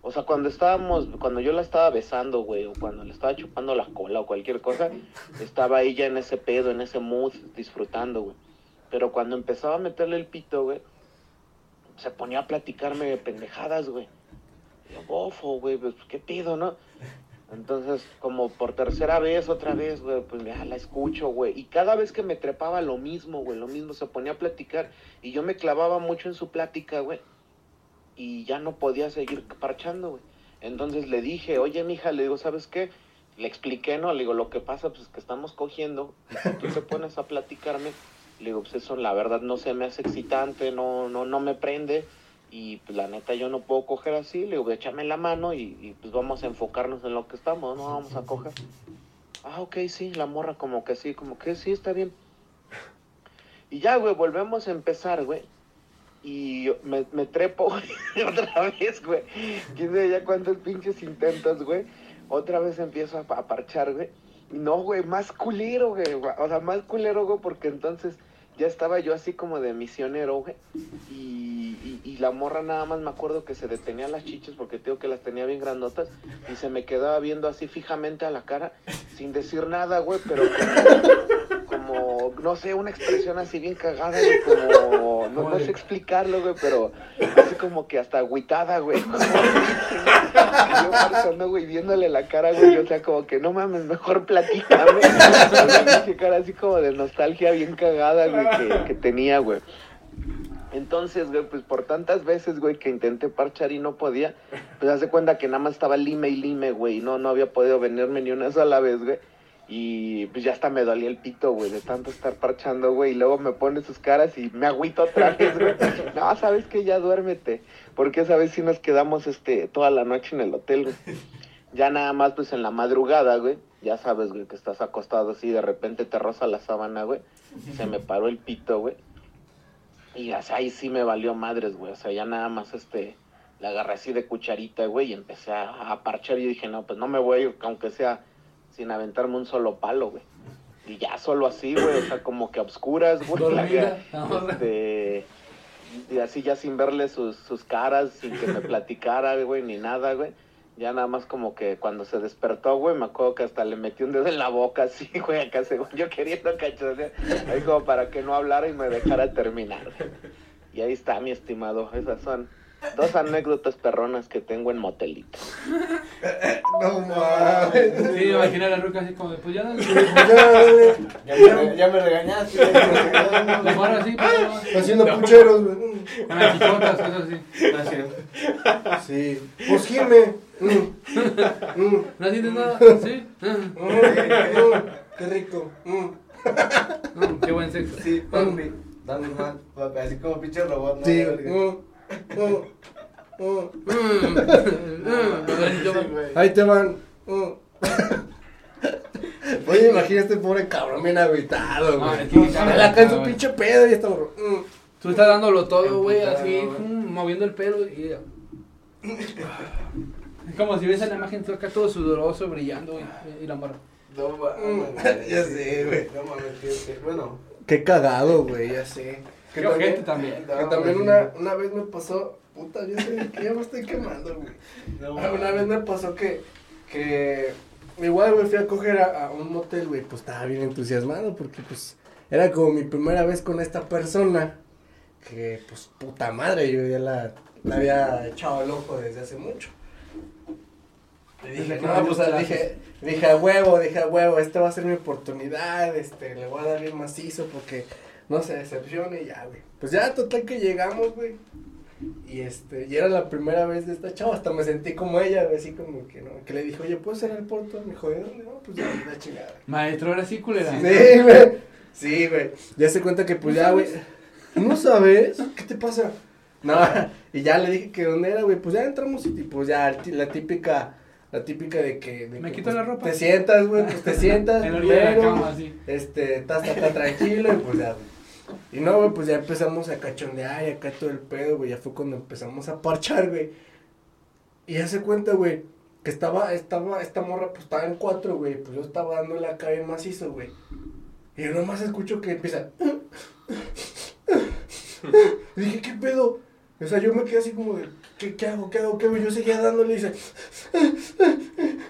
S7: o sea, cuando estábamos, cuando yo la estaba besando, güey, o cuando le estaba chupando la cola o cualquier cosa, estaba ella en ese pedo, en ese mood, disfrutando, güey. Pero cuando empezaba a meterle el pito, güey, se ponía a platicarme pendejadas, güey. Yo, bofo, güey, pues, ¿qué pido, no? Entonces, como por tercera vez, otra vez, güey, pues ya la escucho, güey. Y cada vez que me trepaba lo mismo, güey, lo mismo, se ponía a platicar. Y yo me clavaba mucho en su plática, güey. Y ya no podía seguir parchando, güey. Entonces le dije, oye, mija, le digo, ¿sabes qué? Le expliqué, ¿no? Le digo, lo que pasa, pues, es que estamos cogiendo. Y si tú te pones a platicarme. Le digo, pues, eso, la verdad, no se me hace excitante, no, no, no me prende. Y, pues, la neta, yo no puedo coger así. Le digo, échame la mano y, y, pues, vamos a enfocarnos en lo que estamos, ¿no? Vamos a coger. Ah, ok, sí, la morra como que sí, como que sí, está bien. Y ya, güey, volvemos a empezar, güey. Y yo me, me trepo, güey, otra vez, güey. Quién sabe ya cuántos pinches intentos, güey. Otra vez empiezo a, a parchar, güey. Y No, güey, más culero, güey. O sea, más culero, güey, porque entonces ya estaba yo así como de misionero, güey. Y, y- y la morra nada más me acuerdo que se detenía las chichas porque te digo que las tenía bien grandotas. Y se me quedaba viendo así fijamente a la cara, sin decir nada, güey, pero como, como, no sé, una expresión así bien cagada, güey, como, no, no sé explicarlo, güey, pero así como que hasta agüitada, güey. Y yo pasando, güey, viéndole la cara, güey, o sea, como que no mames, mejor platícame. Qué cara así como de nostalgia bien cagada, güey, que, que tenía, güey. Entonces, güey, pues por tantas veces, güey, que intenté parchar y no podía, pues hace cuenta que nada más estaba lime y lime, güey, y no, no había podido venirme ni una sola vez, güey. Y pues ya hasta me dolía el pito, güey, de tanto estar parchando, güey. Y luego me pone sus caras y me agüito otra vez, güey. No, sabes que ya duérmete. Porque esa vez sí nos quedamos este, toda la noche en el hotel, güey. Ya nada más, pues en la madrugada, güey. Ya sabes, güey, que estás acostado así de repente te roza la sábana, güey. Se me paró el pito, güey. Y o sea, ahí sí me valió madres, güey. O sea, ya nada más este. La agarré así de cucharita, güey, y empecé a, a parchar. Y dije, no, pues no me voy a ir, aunque sea sin aventarme un solo palo, güey. Y ya solo así, güey, o sea, como que a obscuras, güey. la
S5: Dormida,
S7: que-
S5: la morra.
S7: este, y así ya sin verle sus, sus caras, sin que me platicara, güey, ni nada, güey. Ya nada más como que cuando se despertó, güey, me acuerdo que hasta le metí un dedo en la boca, así, güey, acá según yo queriendo cachonear. Ahí como para que no hablara y me dejara terminar. Y ahí está, mi estimado. Esas son dos anécdotas perronas que tengo en motelito.
S4: No mames.
S5: Sí, me imaginé a la ruca así como de, pues ya no.
S3: Ya me, ya me regañaste. ya me regañaste.
S5: La morra así, pues, no.
S4: Haciendo pucheros, güey.
S5: Con las chichotas, cosas así.
S4: Sí. Pues gime. Mm. Mm.
S5: ¿No sientes nada? Sí.
S4: Mm. Mm. Qué rico. Mm.
S5: Mm, qué buen sexo.
S3: Sí, papi. Dame más, papi. Así como pinche robot, ¿no?
S4: Sí.
S3: Verga.
S4: Mm. Mm. Mm.
S5: Mm, mm, yo-
S3: Sí, güey.
S4: Ahí te van. Mm. Oye, imagina este pobre cabrón bien habitado,
S5: Ah,
S4: güey.
S5: es que-
S4: Acá en su
S5: güey.
S4: pinche pedo y está borro. Mm.
S5: Tú estás dándolo todo, güey,
S3: Emputado,
S5: así,
S3: güey.
S5: mm, moviendo el pelo y... Es como si ves en la imagen tú acá todo sudoroso, brillando, güey, y la morra.
S3: No
S4: Mm.
S3: mames. güey.
S4: Ya sé, güey.
S3: No mames, tío, que- Bueno.
S4: Qué cagado, güey, ya sé.
S5: Qué ojete también.
S4: Que también una, una vez me pasó, puta, yo sé que ya me estoy quemando, güey.
S3: No,
S4: Ah, Una vez me pasó que, que igual, güey, fui a coger a, a un motel, güey, pues estaba bien entusiasmado porque, pues, era como mi primera vez con esta persona que, pues, puta madre, yo ya la, la había echado el ojo desde hace mucho. Le dije,
S5: Desde
S4: no,
S5: que
S4: pues,
S5: me
S4: ah, dije, dije, a huevo, dije, a huevo, esta va a ser mi oportunidad, este, le voy a dar bien macizo porque no se decepcione y ya, güey. Pues ya, total que llegamos, güey. Y este, y era la primera vez de esta chava, hasta me sentí como ella, güey, así como que no, que le dijo, oye, ¿puedo cerrar el porto? Me dijo, ¿de dónde? No, pues ya, la chingada.
S5: Maestro, ahora sí, culera.
S4: Sí, güey. Sí, güey. Ya se cuenta que pues ya, güey. ¿No sabes? ¿Qué te pasa? No, y ya le dije que dónde era, güey. Pues ya entramos y pues ya el ti- la típica, la típica de que. de
S5: Me
S4: que,
S5: quito
S4: pues,
S5: la ropa.
S4: Te sientas, güey, pues te sientas.
S5: En la orilla de la
S4: primero,
S5: cama, así.
S4: Este, estás acá tranquilo y pues ya, güey. Y no, güey, pues ya empezamos a cachondear y acá todo el pedo, güey. Ya fue cuando empezamos a parchar, güey. Y ya se cuenta, güey, que estaba, estaba, esta morra, pues estaba en cuatro, güey. Pues yo estaba dándole acá bien macizo, güey. Y yo nomás escucho que empieza. Y dije, ¿qué pedo? O sea, yo me quedé así como de, ¿qué, qué hago? ¿Qué hago? ¿Qué hago? Yo seguía dándole y dice.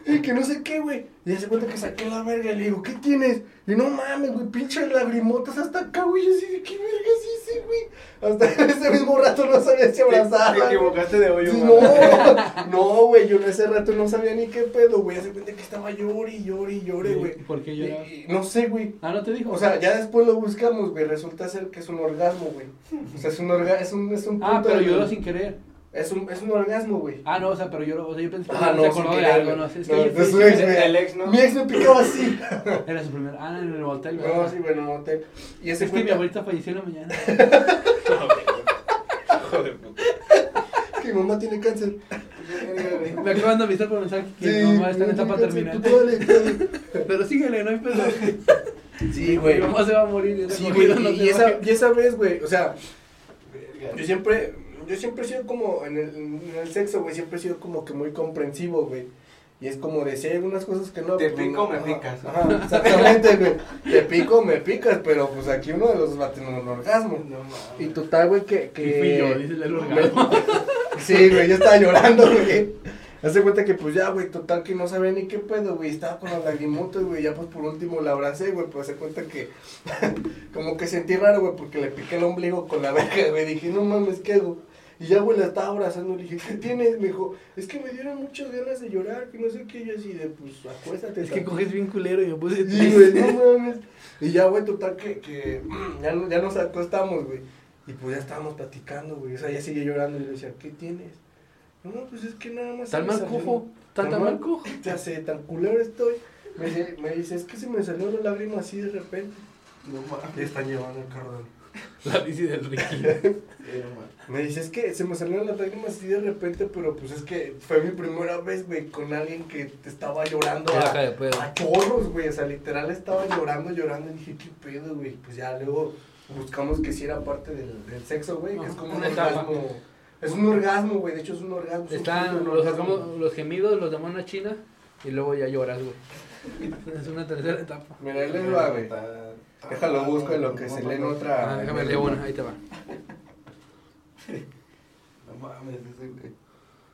S4: eh, que no sé qué, güey. Y hace cuenta que saqué la verga y le digo, ¿qué tienes? Y no mames, güey, pinche lagrimotas hasta acá, güey. Yo así de, ¿qué verga es ese, güey? Hasta en ese mismo rato no sabía si abrazaba.
S3: Te equivocaste de hoyo,
S4: Sí,
S3: mano.
S4: no, no, güey, yo en ese rato no sabía ni qué pedo, güey. Hace cuenta que estaba llore y llore y llore, güey.
S1: ¿Por qué
S4: Y-
S1: lloraba?
S4: y No sé, güey.
S1: Ah, no te dijo.
S4: O sea, ya después lo buscamos, güey. Resulta ser que es un orgasmo, güey. O sea, es un orgasmo, es un, es un
S1: ah,
S4: punto
S1: pero
S4: de-
S1: lloró sin querer.
S4: Es un, es un orgasmo, güey.
S1: Ah, no, o sea, pero lloró. O sea, yo pensé que
S4: Ah,
S1: se
S4: no, sin
S1: acordó de
S4: querer,
S1: algo,
S4: güey.
S1: no sé. Es
S4: No,
S1: que yo
S4: pues,
S1: pensé
S4: güey,
S1: que
S4: güey.
S3: El ex, ¿no?
S4: Mi ex me picaba así.
S1: era su primer. Ah, en el hotel, güey.
S4: No, sí, bueno, no te... Y ese
S1: Es que mi
S4: cuenta
S1: abuelita falleció en la mañana.
S6: Hijo de puta.
S4: que mi mamá tiene cáncer.
S1: Me acaban de avisar por mensaje que
S4: Sí,
S1: mi mamá está en
S4: tiene
S1: etapa
S4: cáncer,
S1: terminal.
S4: tú dale, dale.
S1: Pero síguele, no hay pedo.
S4: Sí, güey.
S1: Mi mamá se va a morir. esa
S4: Sí,
S1: comida
S4: güey,
S1: no
S4: y,
S1: se
S4: y
S1: va a-
S4: esa, y esa vez, güey, o sea, yo siempre, yo siempre he sido como, en el, en el sexo, güey, siempre he sido como que muy comprensivo, güey. Y es como de, si hay algunas cosas que no...
S3: Te
S4: pues,
S3: pico,
S4: no,
S3: me
S4: ajá,
S3: picas.
S4: Ajá, exactamente, güey. Te pico, me picas, pero pues aquí uno de los va a tener un orgasmo. Y total, güey, que... que...
S1: Y fui yo, dice el orgasmo.
S4: Sí, güey, yo estaba llorando, güey. Hace cuenta que, pues ya, güey, total que no sabía ni qué pedo, güey. Estaba con las lagrimotas, güey. Ya, pues por último la abracé, güey. Pues hace cuenta que, como que sentí raro, güey, porque le piqué el ombligo con la verga, güey. Dije, no mames, ¿qué hago? Y ya, güey, la estaba abrazando. Le dije, ¿qué tienes? Me dijo, es que me dieron muchas ganas de llorar, que no sé qué. Yo así de, pues acuéstate.
S1: Es que
S4: tantito".
S1: coges bien culero y yo puse.
S4: Sí, güey, no mames. Y ya, güey, total que, que ya, no- ya nos acostamos, güey. Y pues ya estábamos platicando, güey. O sea, ya sigue llorando y le decía, ¿qué tienes? No, pues es que nada más. se
S1: Tan
S4: me
S1: mal
S4: salió-
S1: cojo. Tan tan mal cojo.
S4: Ya sé, tan culero estoy. Me dice, me dice, es que se me salió la lágrima así de repente.
S3: No mames.
S4: Ya están llevando el carro de-
S1: La bici del Ricky.
S3: Eh, no mames.
S4: Me dice, es que se me salieron las lágrimas así de repente, pero pues es que fue mi primera vez, güey, con alguien que te estaba llorando
S1: Era
S4: a,
S1: acá de pedo.
S4: a chorros, güey. O sea, literal estaba llorando, llorando. Y dije, qué pedo, güey. Pues ya luego buscamos que sí era parte del, del sexo, güey, que es
S1: Ajá,
S4: como un
S1: una etapa.
S4: orgasmo. Es un orgasmo, güey. De hecho, es un orgasmo. es un
S1: Están
S4: puto
S1: los,
S4: orgasmo.
S1: orgasmos- los gemidos, los de mona china y luego ya lloras, güey. Es una tercera etapa.
S4: Mira, él le va, güey. Déjalo, busco en lo que se lee en otra.
S1: Ah, déjame leer una, ahí te va.
S3: No mames, ese güey.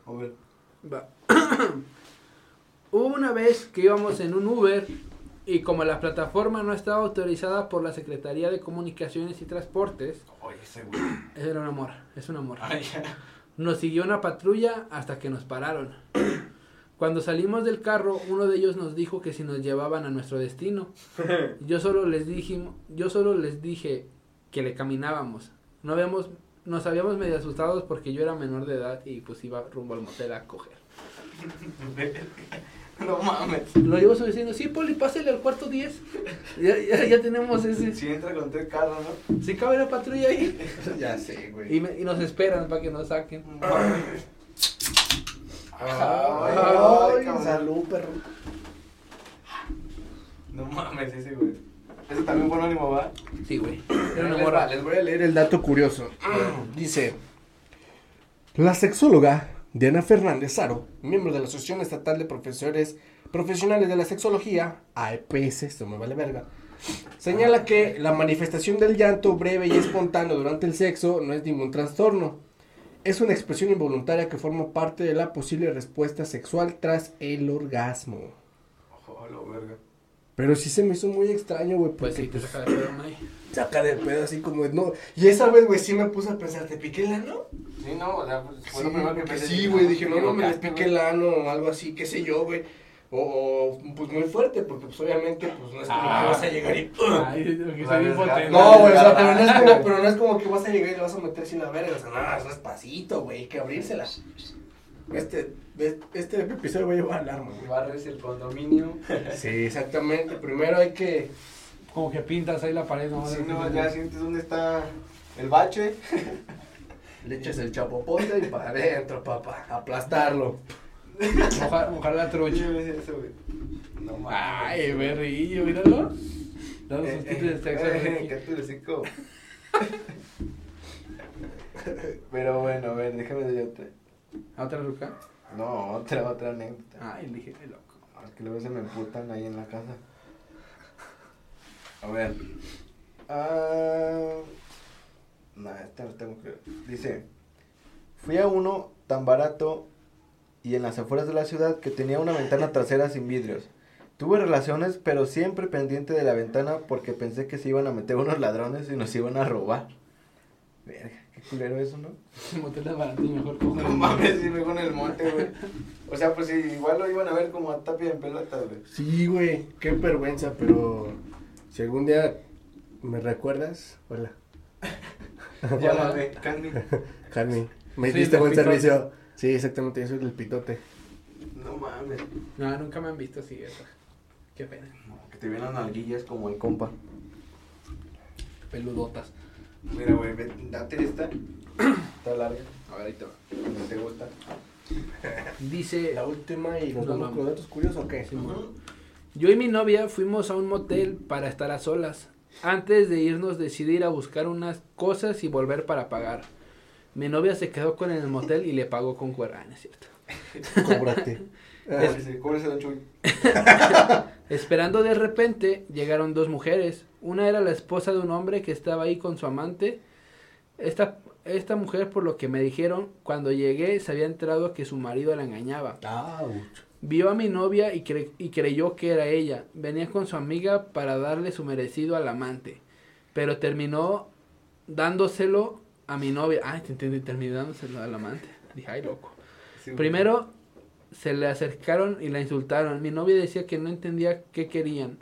S3: A ver.
S1: Va. Hubo una vez que íbamos en un Uber y como la plataforma no estaba autorizada por la Secretaría de Comunicaciones y Transportes,
S3: Oye, ese güey.
S1: ese era un amor, es un amor.
S3: Ay, ya.
S1: Nos siguió una patrulla hasta que nos pararon. Cuando salimos del carro, uno de ellos nos dijo que si nos llevaban a nuestro destino. Yo solo les dije, yo solo les dije que le caminábamos. No habíamos, nos habíamos medio asustados porque yo era menor de edad y pues iba rumbo al motel a coger.
S3: No mames.
S1: Lo llevo diciendo, sí, Poli, pásale al cuarto 10. Ya, ya, ya tenemos ese.
S3: Si entra con tres carros, ¿no?
S1: Si cabe la patrulla ahí.
S4: Ya sé, güey.
S1: Y, me- y nos esperan para que nos saquen.
S4: Ay,
S3: Ay,
S4: ay,
S3: cabrón.
S4: salud, perro.
S3: No mames, ese güey. Ese también buen ánimo, ¿va?
S1: Sí, güey. Era
S4: Ahí
S1: una
S4: les
S1: morra.
S4: va, Les voy a leer el dato curioso. Dice, la sexóloga Diana Fernández Saro, miembro de la Asociación Estatal de Profesores Profesionales de la Sexología, AEPS, esto me vale verga, señala que la manifestación del llanto breve y espontáneo durante el sexo no es ningún trastorno. Es una expresión involuntaria que forma parte de la posible respuesta sexual tras el orgasmo.
S3: Ojo, lo verga.
S4: Pero sí se me hizo muy extraño, güey,
S1: Pues
S4: porque
S1: sí, te saca de pedo, May.
S4: saca de pedo así como no. Y esa vez, güey, sí me puse a pensar, ¿te piqué el ano?
S3: Sí, no, o sea, pues, fue
S4: Sí,
S3: lo primero que
S4: que
S3: pensé.
S4: sí, güey, dije,
S3: te
S4: no, no me les
S3: equivocaste,
S4: piqué el ano o algo así, qué sé yo, güey. O, o, pues muy fuerte, porque pues obviamente, pues no es como
S3: Ah.
S4: que vas a llegar y.
S1: Ay, lo que soy bien potente.
S4: No, güey, o sea, pero no, es como, pero no es como que vas a llegar y le vas a meter sin la verga, o sea, nada, es despacito, güey, hay que abrírsela. Este, este episodio, güey, va a alarma,
S3: güey.
S4: güey.
S3: Barres el condominio.
S4: Sí, exactamente, primero hay que.
S1: Como que pintas ahí la pared, ¿no?
S3: Si no, ya sientes dónde está el bache.
S4: Le echas el chapopote y para adentro, papá, aplastarlo.
S1: Mojar, mojar la
S3: Oye,
S1: trucha.
S3: ves eso, güey. No mames.
S1: Ay, berrillo, míralo. Dando
S3: Eh,
S1: sus
S3: eh,
S1: tips de sexo.
S3: eh,
S1: Ricky.
S3: que tú eres cinco. Pero bueno, a ver, déjame de otra. eh.
S1: ¿A otra ruca?
S3: No, otra, otra anécdota.
S1: Ay, le dije, ay, loco.
S3: Es que luego se me emputan ahí en la casa. A ver. Ah.
S2: este
S3: No, esta no tengo que. Dice: Fui a uno tan barato
S2: y en las afueras de la ciudad que tenía una ventana trasera sin vidrios. Tuve relaciones, pero siempre pendiente de la ventana porque pensé que se iban a meter unos ladrones y nos iban a robar. Verga, qué culero eso, ¿no?
S1: Motel barato mejor cojo.
S2: No mames, sí, luego en el monte, güey. O sea, pues sí, igual lo iban a ver como a tapia en pelotas, güey.
S4: Sí, güey, qué vergüenza, pero si algún día me recuerdas, hola,
S2: Llámame, Candy.
S4: Carmen, me
S1: Sí,
S4: diste
S1: del
S4: buen
S1: pitote.
S4: servicio. Sí, exactamente, eso es el pitote.
S2: No mames.
S1: No, nunca me han visto así, eso. Qué pena.
S2: Que te vieran alguillas como el compa.
S1: Peludotas.
S2: Mira, güey, ve- date esta. Está larga,
S1: A ver, ahí te va.
S2: no te gusta.
S1: Dice.
S4: La última y nos
S1: No
S4: vamos
S1: mames.
S4: con datos curiosos o qué?
S1: Simón. Yo y mi novia fuimos a un motel para estar a solas. Antes de irnos decidí ir a buscar unas cosas y volver para pagar. Mi novia se quedó con el motel y le pagó con cuerda. Ah, no es cierto.
S4: Cóbrate. Ah,
S2: ¿Cómo se- cómo se da chuy?
S1: Esperando de repente llegaron dos mujeres. Una era la esposa de un hombre que estaba ahí con su amante. Esta, esta mujer, por lo que me dijeron, cuando llegué se había enterado que su marido la engañaba. Vio a mi novia y, cre- y creyó que era ella. Venía con su amiga para darle su merecido al amante. Pero terminó dándoselo a mi novia. Ah, te entendí, terminó dándoselo al amante. Dije, ay, loco.
S2: Sí, güey.
S1: Primero se le acercaron y la insultaron. Mi novia decía que no entendía qué querían.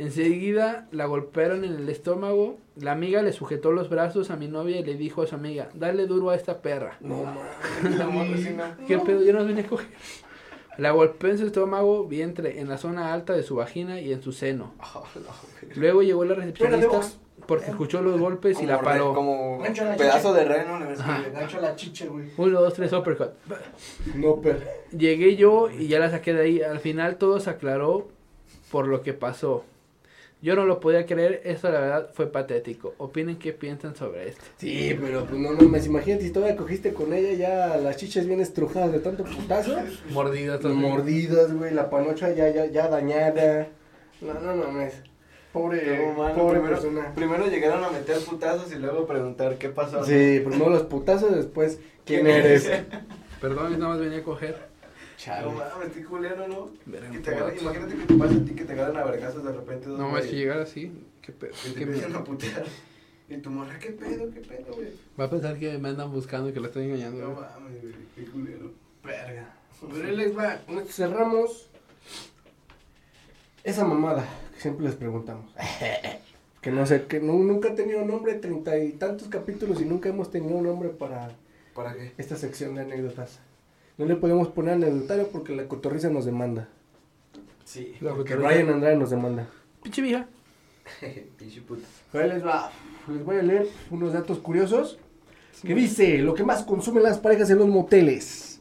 S1: Enseguida la golpearon en el estómago. La amiga le sujetó los brazos a mi novia y le dijo a su amiga, dale duro a esta perra.
S4: No mames.
S2: La morra sí, no.
S1: ¿Qué pedo? Yo no vine a coger. La golpeó en su estómago, vientre, en la zona alta de su vagina y en su seno.
S2: Ah,
S1: Luego llegó la recepcionista
S4: box.
S1: porque escuchó los golpes y la
S2: re-
S1: paró.
S2: Como
S8: Gancho a la
S2: pedazo de reno. le ves que
S1: Ajá.
S2: le
S8: Le
S2: gancho.
S8: gancho la chiche, güey.
S1: Uno, dos, tres, uppercut.
S4: No, pero.
S1: Llegué yo y ya la saqué de ahí. Al final todo se aclaró por lo que pasó. Yo no lo podía creer, eso la verdad fue patético. Opinen qué piensan sobre esto.
S4: Sí, pero pues no mames, imagínate si todavía cogiste con ella ya las chiches bien estrujadas de tanto putazo.
S1: Mordidas,
S4: Mordidas, güey, la panocha ya, ya, ya dañada. No, no mames. Pobre,
S2: No, mano,
S4: pobre
S2: primero-
S4: persona.
S2: Primero llegaron a meter putazos y luego preguntar qué pasó.
S4: Sí, primero los putazos, después, ¿quién eres?
S1: Perdón, yo nada más venía a coger.
S2: No
S4: Chale.
S2: mames, qué culero, ¿no?
S1: Verga,
S2: Que
S1: un
S2: te agarren-
S1: poco.
S2: imagínate que te pasa a ti que te agarran a vergazos de repente. Dos
S1: No más que
S2: güeyes,
S1: llegar así. Qué pedo.
S2: que te
S1: qué
S2: empiezan
S1: miedo.
S2: a putear. Y tu morra, qué pedo, qué pedo, güey.
S1: Va a pensar que me andan buscando y que lo estoy engañando.
S2: No
S1: güey.
S2: mames, güey, qué culero.
S4: Verga. Pero él les va. Nosotros Cerramos esa mamada que siempre les preguntamos. Que no sé, que nu- nunca ha tenido nombre, treinta y tantos capítulos y nunca hemos tenido nombre para
S2: ¿Para qué?
S4: esta sección de anécdotas. No le podemos poner anecdotario porque la cotorriza nos demanda.
S2: Sí.
S1: La
S4: Porque
S1: cotorriza.
S4: Ryan Andrade nos demanda.
S1: Pinche vieja.
S2: Pinche puta.
S4: Ahí les va. Les voy a leer unos datos curiosos. Que dice, lo que más consumen las parejas en los moteles.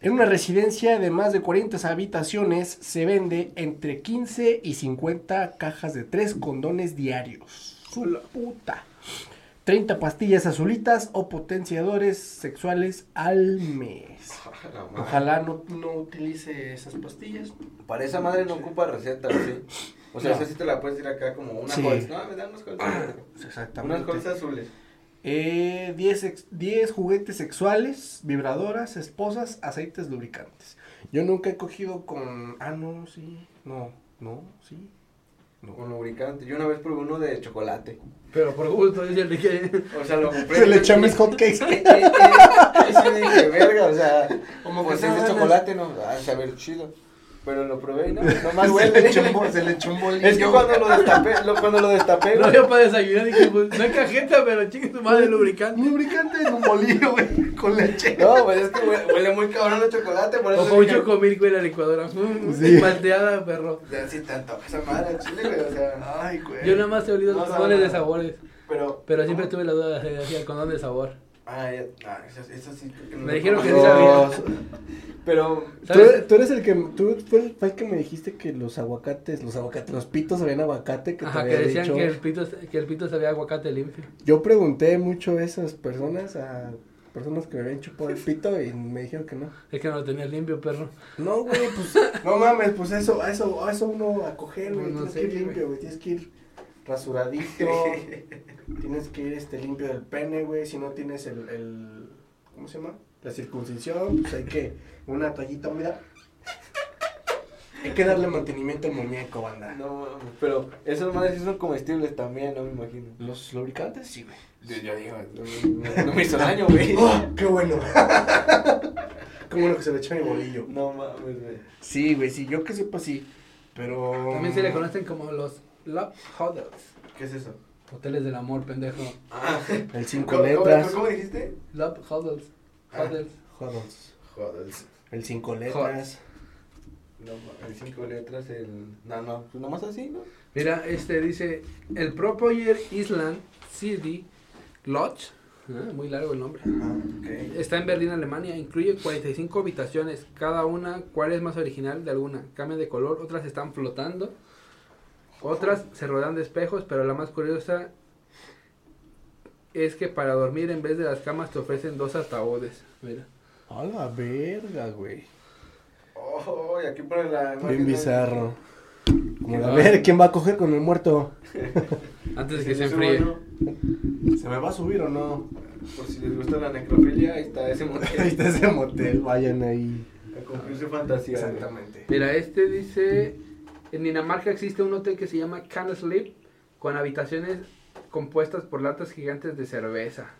S4: En una residencia de más de 40 habitaciones se vende entre 15 y 50 cajas de 3 condones diarios. Su puta. 30 pastillas azulitas o potenciadores sexuales al mes.
S2: La madre.
S4: Ojalá no, no utilice esas pastillas.
S2: Para esa madre no ocupa receta, ¿sí? O sea,
S4: No.
S2: esa sí te la puedes ir acá como una
S4: Sí.
S2: Halls. No, me dan unas Halls.
S4: Exactamente.
S2: unas Halls azules.
S4: Eh, 10 ex- 10 juguetes sexuales, vibradoras, esposas, aceites lubricantes. Yo nunca he cogido con. Ah, no, sí. No, no, sí.
S2: Con lubricante. Yo una vez probé uno de chocolate.
S1: Pero por gusto, dice el de que-
S2: O sea, lo compré.
S4: Se le eché a mis hotcakes.
S2: Eh, eh, eh, sí, dije, verga, o sea,
S4: Como
S2: como
S4: que
S2: pues
S4: se
S2: es de
S4: van a-
S2: chocolate, no, ah, se ve chido. Pero lo probé y no, no más
S4: Se
S2: huele.
S4: le echó un bol- se le echó un bolillo.
S2: Es que cuando lo destapé, lo- cuando lo destapé,
S1: No
S2: güey,
S1: había para desayunar. Dije, pues, no hay cajeta, pero chingue tu madre Ah, lubricante.
S4: Lubricante es un bolillo, güey, con leche.
S2: no, pues es que huele, huele muy cabrón el chocolate, por
S1: O
S2: eso
S1: con un
S2: dije,
S1: chocomil, güey, la licuadora.
S4: Sí.
S1: Sí. Malteada, perro.
S2: Ya sí te antoja esa madre, al chile, güey, o sea,
S4: Ay, güey.
S1: Yo nada más he olido
S2: No
S1: los
S2: sabe
S1: condones de
S2: nada.
S1: sabores.
S2: pero...
S1: Pero siempre tuve la duda de si el condón de sabor.
S2: Ay, ay, eso, eso sí. creo que no
S1: Me
S2: lo
S1: dijeron que sí
S2: probé.
S1: sabía.
S2: Pero,
S4: Tú,
S1: ¿Sabes?
S4: tú eres el que tú fue el, fue el que me dijiste que los aguacates, los aguacates, los pitos sabían a aguacate que te
S1: Ajá,
S4: había
S1: que decían
S4: dicho.
S1: que el, pito, que el pito sabía a aguacate limpio.
S4: Yo pregunté mucho a esas personas, a personas que me habían chupado el pito y me dijeron que no.
S1: Es que no lo tenías limpio, perro.
S4: No, güey, pues, no mames, pues eso, a eso, a eso uno a coger, güey,
S1: No, no
S4: tienes que ir
S1: sé,
S4: limpio, güey, tienes que ir rasuradito, tienes que ir, este, limpio del pene, güey, si no tienes el, el, ¿cómo se llama? la circuncisión, pues hay que, una toallita húmeda. Hay que darle mantenimiento al muñeco, banda.
S2: No, mames, pero esas madres sí son comestibles también, no me imagino.
S4: Los lubricantes, sí, güey.
S9: Yo, yo digo,
S4: No,
S2: No me hizo daño, güey.
S4: ¡Oh, qué bueno! qué bueno que se le echó mi bolillo.
S2: No mames, güey.
S4: Sí, güey, sí, yo que sepa, sí. Pero.
S1: También se le conocen como los Love Hotels.
S2: ¿Qué es eso?
S1: Hoteles del amor, pendejo.
S4: El
S2: ¿Cómo,
S4: cinco
S2: cómo-
S4: letras.
S2: cómo dijiste?
S1: Love Hotels. Hotels.
S4: Jodos.
S2: Joder.
S4: El cinco letras.
S2: No mames, cinco letras, el. No, no, pues nomás así, ¿no?
S1: Mira, este dice: El Propoyer Island City Lodge. Ah, muy largo el nombre.
S2: Ah,
S1: Está en Berlín, Alemania. Incluye 45 habitaciones, cada una, cuál es más original de alguna. Cambia de color, otras están flotando. Otras se rodean de espejos, pero la más curiosa es que para dormir en vez de las camas te ofrecen dos ataúdes. Mira.
S4: A la verga, güey.
S2: ok. Oh, y aquí pone la.
S4: Bien
S2: imagen, ¿no?
S4: bizarro. Como de, a
S1: va?
S4: ver, ¿quién va a coger con el muerto?
S1: Antes de
S2: Si
S1: que se
S2: les
S1: enfríe.
S2: subo,
S4: ¿Se me va a subir o no?
S2: ¿no? Por si les gusta la necrofilia, ahí está ese
S4: Ahí
S2: motel.
S4: está ese motel, vayan ahí.
S2: A cumplir su fantasía. güey.
S1: Mira, este dice, en Dinamarca existe un hotel que se llama Can Sleep, con habitaciones compuestas por latas gigantes de cerveza.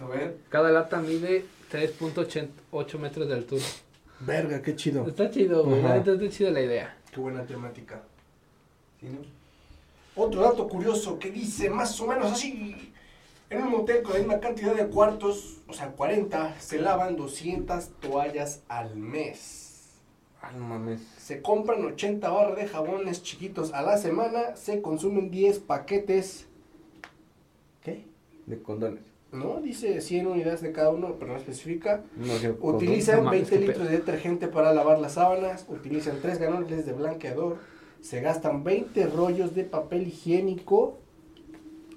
S2: A ver.
S1: Cada lata mide 3.88 metros de altura.
S4: Verga, qué chido.
S1: Está chido, güey.
S4: Ajá.
S1: la neta Está chida la idea.
S4: Qué buena temática.
S2: Sí, ¿no?
S4: Otro dato curioso que dice más o menos así. En un motel con la misma cantidad de cuartos, o sea, 40, se lavan 200 toallas al mes.
S2: Ah, no mames.
S4: Se compran 80 barras de jabones chiquitos a la semana, se consumen 10 paquetes. ¿Qué?
S2: De condones.
S4: No, dice 100 unidades de cada uno, pero no especifica.
S2: No sé.
S4: Utilizan
S1: No mames,
S4: 20
S1: qué
S4: litros de detergente para lavar las sábanas, utilizan 3 galones de blanqueador, se gastan 20 rollos de papel higiénico.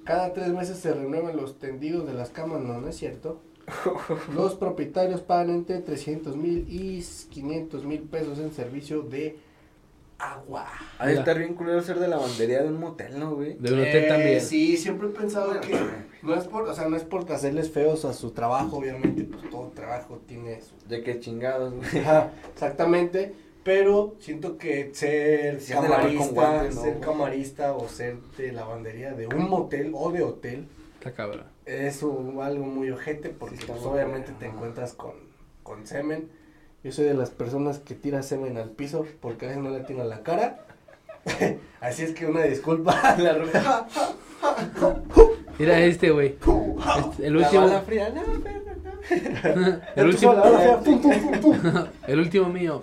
S4: Cada 3 meses se renuevan los tendidos de las camas, no, no es cierto. Los propietarios pagan entre 300 mil y 500 mil pesos en servicio de agua.
S2: Ha de estar bien culero ser de lavandería de un motel, ¿no, güey?
S1: Del hotel
S4: Eh,
S1: también.
S4: Sí, siempre he pensado que no es por, o sea, no es por hacerles feos a su trabajo, obviamente, pues todo trabajo tiene su
S2: De que chingados, güey.
S4: Ajá, exactamente. Pero siento que ser
S2: Sí, de lavar
S4: camarista,
S2: con guantes, ¿no?
S4: ser camarista o ser de lavandería de un motel o de hotel
S1: Está cabrón.
S4: es un- algo muy ojete porque
S2: Sí, está
S4: pues,
S2: muy
S4: obviamente
S2: bueno,
S4: te
S2: ajá.
S4: encuentras con, con semen. Yo soy de las personas que tira semen al piso porque a veces no le tiene a la cara. Así es que una disculpa. La ruca.
S1: Mira este, güey. Este, el último.
S2: La bala fría, no, perro, no.
S1: El último,
S4: Pum, pum, pum, pum.
S1: el último mío.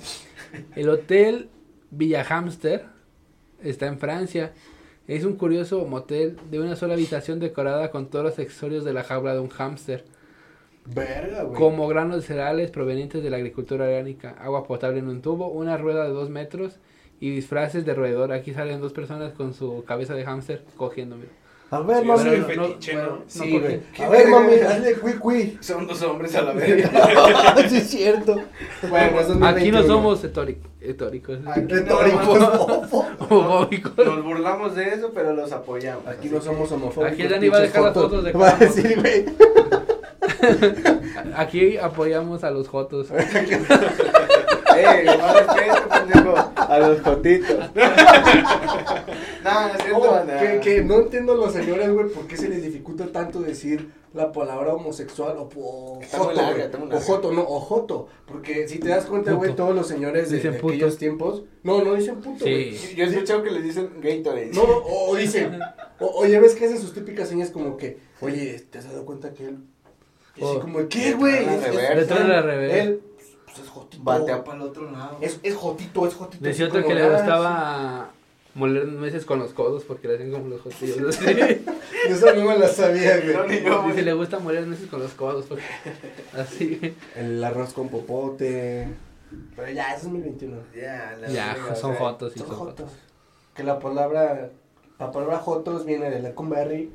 S1: El hotel Villa Hamster está en Francia. Es un curioso motel de una sola habitación decorada con todos los accesorios de la jaula de un hámster,
S4: Verga, güey.
S1: como granos de cereales provenientes de la agricultura orgánica, agua potable en un tubo, una rueda de dos metros y disfraces de roedor. Aquí salen dos personas con su cabeza de hámster cogiendo, mira.
S4: A ver,
S3: Sí,
S4: mami.
S3: era el
S1: no,
S3: fetiche, ¿no?
S1: bueno,
S4: Sí,
S1: no
S4: güey.
S1: cogiendo.
S4: A ver, mami, hazle cuí, cuí.
S3: Son dos hombres a la vez.
S4: sí, es cierto. Bueno, eso es
S1: Aquí
S4: 2021.
S1: no somos etóric- etóricos.
S4: Aquí no,
S1: Homofóbicos.
S2: Nos burlamos de eso, pero los apoyamos.
S4: Aquí no
S2: así
S4: somos homofóbicos.
S1: Aquí el Dani va a dejar las
S4: pinches
S1: fotos de
S4: jotos. Va a
S1: cada
S4: decir, güey.
S1: Aquí apoyamos a los jotos.
S2: que- ¡Eh, más respeto, pendejo! A los cotitos. no, no Ah, es cierto,
S4: Como
S2: banda.
S4: que, que no entiendo los señores, güey, por qué se les dificulta tanto decir la palabra homosexual o, o
S2: Está muy
S4: joto,
S2: larga,
S4: güey.
S2: está muy
S4: O
S2: larga.
S4: joto, no, o joto. Porque si te das cuenta, güey,
S1: Puto.
S4: todos los señores de,
S1: Dicen
S4: de
S1: puto.
S4: aquellos tiempos. No, no dicen puto,
S1: Sí.
S4: güey.
S2: Yo- Yo he escuchado que les dicen Gatorade.
S4: No, o, o dicen, o, oye, ves que hacen sus típicas señas como que, oye, ¿te has dado cuenta que él? Y así
S1: O-
S4: como, ¿qué, güey?
S2: Detrás de la reversa.
S4: Es- es-
S1: Detrás de la reversa.
S4: Él, pues es jotito.
S2: Batea para el otro lado.
S4: Es, es jotito, es jotito.
S1: Decía
S4: así
S1: otro que
S4: como,
S1: le
S4: ah,
S1: gustaba moler meses con los codos porque le hacen como los jotillos. ¿no? Sí.
S4: sí. Yo esa no me la sabía, güey.
S1: Dice, le gusta moler meses con los codos porque así.
S4: El arroz con popote. Pero ya, eso es 2021.
S2: Ya, la
S1: Ya,
S2: verga,
S1: son
S2: o sea,
S1: jotos y
S4: Son
S1: son jotos.
S4: jotos. Que la palabra, la palabra jotos viene de Lecumberri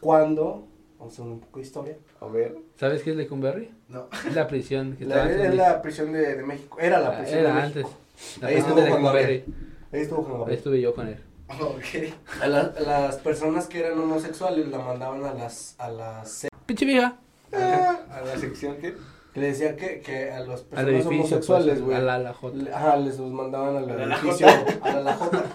S4: cuando, vamos a hacer un poco de historia.
S2: A ver.
S1: ¿Sabes qué es Lecumberri?
S4: No.
S1: Es la prisión que
S4: La,
S1: estaba antes
S4: es
S1: de-
S4: la prisión de, de México, era la
S1: Ah,
S4: prisión de
S1: Era
S4: México.
S1: antes. La
S4: Ahí
S1: prisión
S4: estuvo
S1: de
S4: Juan
S1: Lecumberri.
S4: Ahí estuvo Juan
S1: Ahí
S4: Gabriel.
S1: estuve yo con él.
S3: Ok.
S4: A, la- a las personas que eran homosexuales la mandaban a las a las
S1: Pinche vieja.
S2: A la, a la sección que.
S4: Que le decía que, que a las
S1: Al
S4: personas
S1: edificio.
S4: homosexuales,
S1: pues,
S4: güey.
S1: A la, a la J.
S4: le- Ajá, les los mandaban al
S10: la
S4: edificio, a la, la J.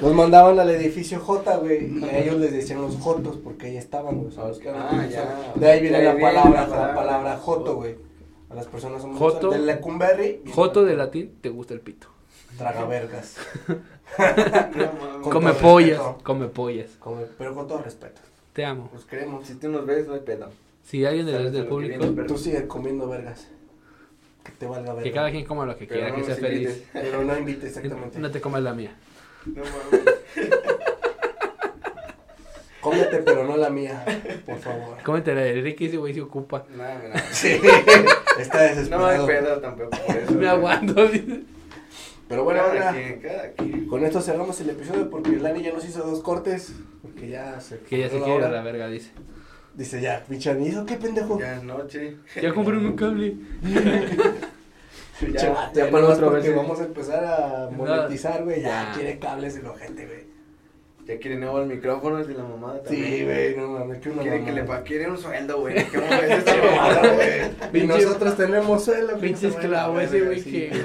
S4: Los mandaban al edificio J, güey, y a ellos les decían los Jotos porque ahí estaban, güey. ¿sabes qué?
S2: Ah, ya.
S4: De ahí viene
S2: De
S4: la
S2: ahí viene
S4: palabra,
S2: la
S4: la
S2: palabra.
S4: palabra Joto, güey. A las personas homosexuales.
S1: Joto.
S4: De la Cumberry.
S1: Joto de latín, te gusta el pito.
S4: Tragavergas. Con
S1: Come
S4: todo
S1: pollas,
S4: respeto.
S1: come pollas.
S4: Con- pero con todo respeto. pues
S1: Te amo.
S4: Los queremos.
S2: Si tú nos ves, no hay pedo.
S1: Si alguien de
S2: Sabes
S1: los del
S2: lo que viene,
S1: público,
S2: pero-
S4: Tú sigue comiendo vergas. Que te valga verga.
S1: que cada quien coma lo que
S2: Pero
S1: quiera,
S2: no
S1: que sea
S2: nos invites.
S1: feliz.
S4: Pero no invites exactamente.
S1: No te comas la mía.
S2: No mames.
S4: Cómete, pero no la mía, por favor.
S1: Cómete la de Ricky, ese güey se ocupa.
S2: Nada, nada.
S4: Sí. Está
S2: No hay
S4: desesperado.
S2: pedo tampoco por eso.
S1: Me
S2: güey.
S1: aguanto. dice.
S4: pero bueno,
S2: Cada
S4: ahora,
S2: quien, cada quien.
S4: con esto cerramos el episodio porque Lani ya nos hizo dos cortes. Porque ya se.
S1: Que ya se quiere
S4: corrió
S1: ir
S4: la
S1: a
S4: hora.
S1: la verga, dice.
S4: Dice ya, pinche hizo qué pendejo.
S2: Ya es noche.
S1: Ya compré un cable.
S4: Pinche
S2: ya,
S4: vato,
S1: ya
S4: ya
S1: para
S4: nomás
S1: otra
S4: porque
S1: vez,
S4: vamos a empezar a monetizar, güey. Ya
S1: Ya.
S4: quiere cables el ojete, güey.
S2: Ya quiere nuevo el micrófono el de la mamada también.
S4: Sí, güey, no mames, que una
S2: Quiere que
S4: mamada.
S2: le pa- quiere un sueldo, güey. ¿Qué mamada es esta mamada, güey?
S4: Y
S1: Pinche-
S4: nosotros tenemos suelo.
S1: Pinche
S4: pinche
S1: esclavo
S4: madre,
S1: ese güey
S4: sí.
S1: que.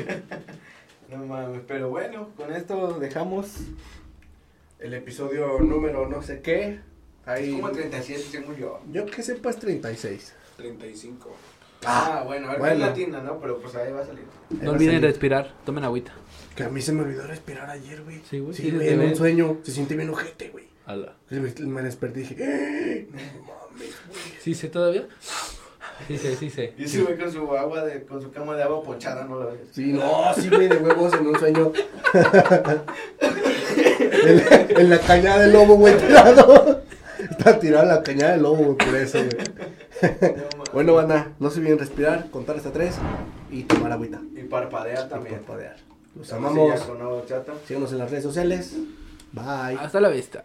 S2: No mames, pero bueno, con esto dejamos.
S4: El episodio número no sé qué.
S2: Es
S4: Ahí.
S2: como 37, según yo.
S4: Yo que sepa es 36.
S11: 35.
S2: Ah, bueno, a ver,
S4: Bueno.
S2: es latina, ¿no? Pero pues ahí va a salir.
S4: va
S1: No
S4: a
S1: olviden
S4: salir.
S1: respirar, tomen agüita.
S4: Que a mí se me olvidó respirar ayer, güey.
S1: Sí, güey.
S4: Sí,
S1: Sí,
S4: güey,
S1: te
S4: en un
S1: ves.
S4: sueño. Se siente bien ojete, güey.
S1: Ala.
S4: Me, me desperté y dije, "Eh, no mames, güey.
S1: ¿Sí sé todavía? Sí sé, sí sé.
S2: Y ese güey con su agua, de, con su cama de agua pochada, no la ves.
S4: Sí, no, sí, güey, de huevos en un sueño. en, la, en la caña del lobo, güey, tirado. Está tirado en la caña del lobo, güey, por eso, güey. bueno, banda, no se olviden respirar, contar hasta tres y tomar agüita.
S2: Y parpadea
S4: También.
S2: también.
S4: Los
S2: Vamos
S4: amamos.
S2: ya Con agua chata.
S4: Síganos en las redes sociales. Bye.
S1: Hasta la vista.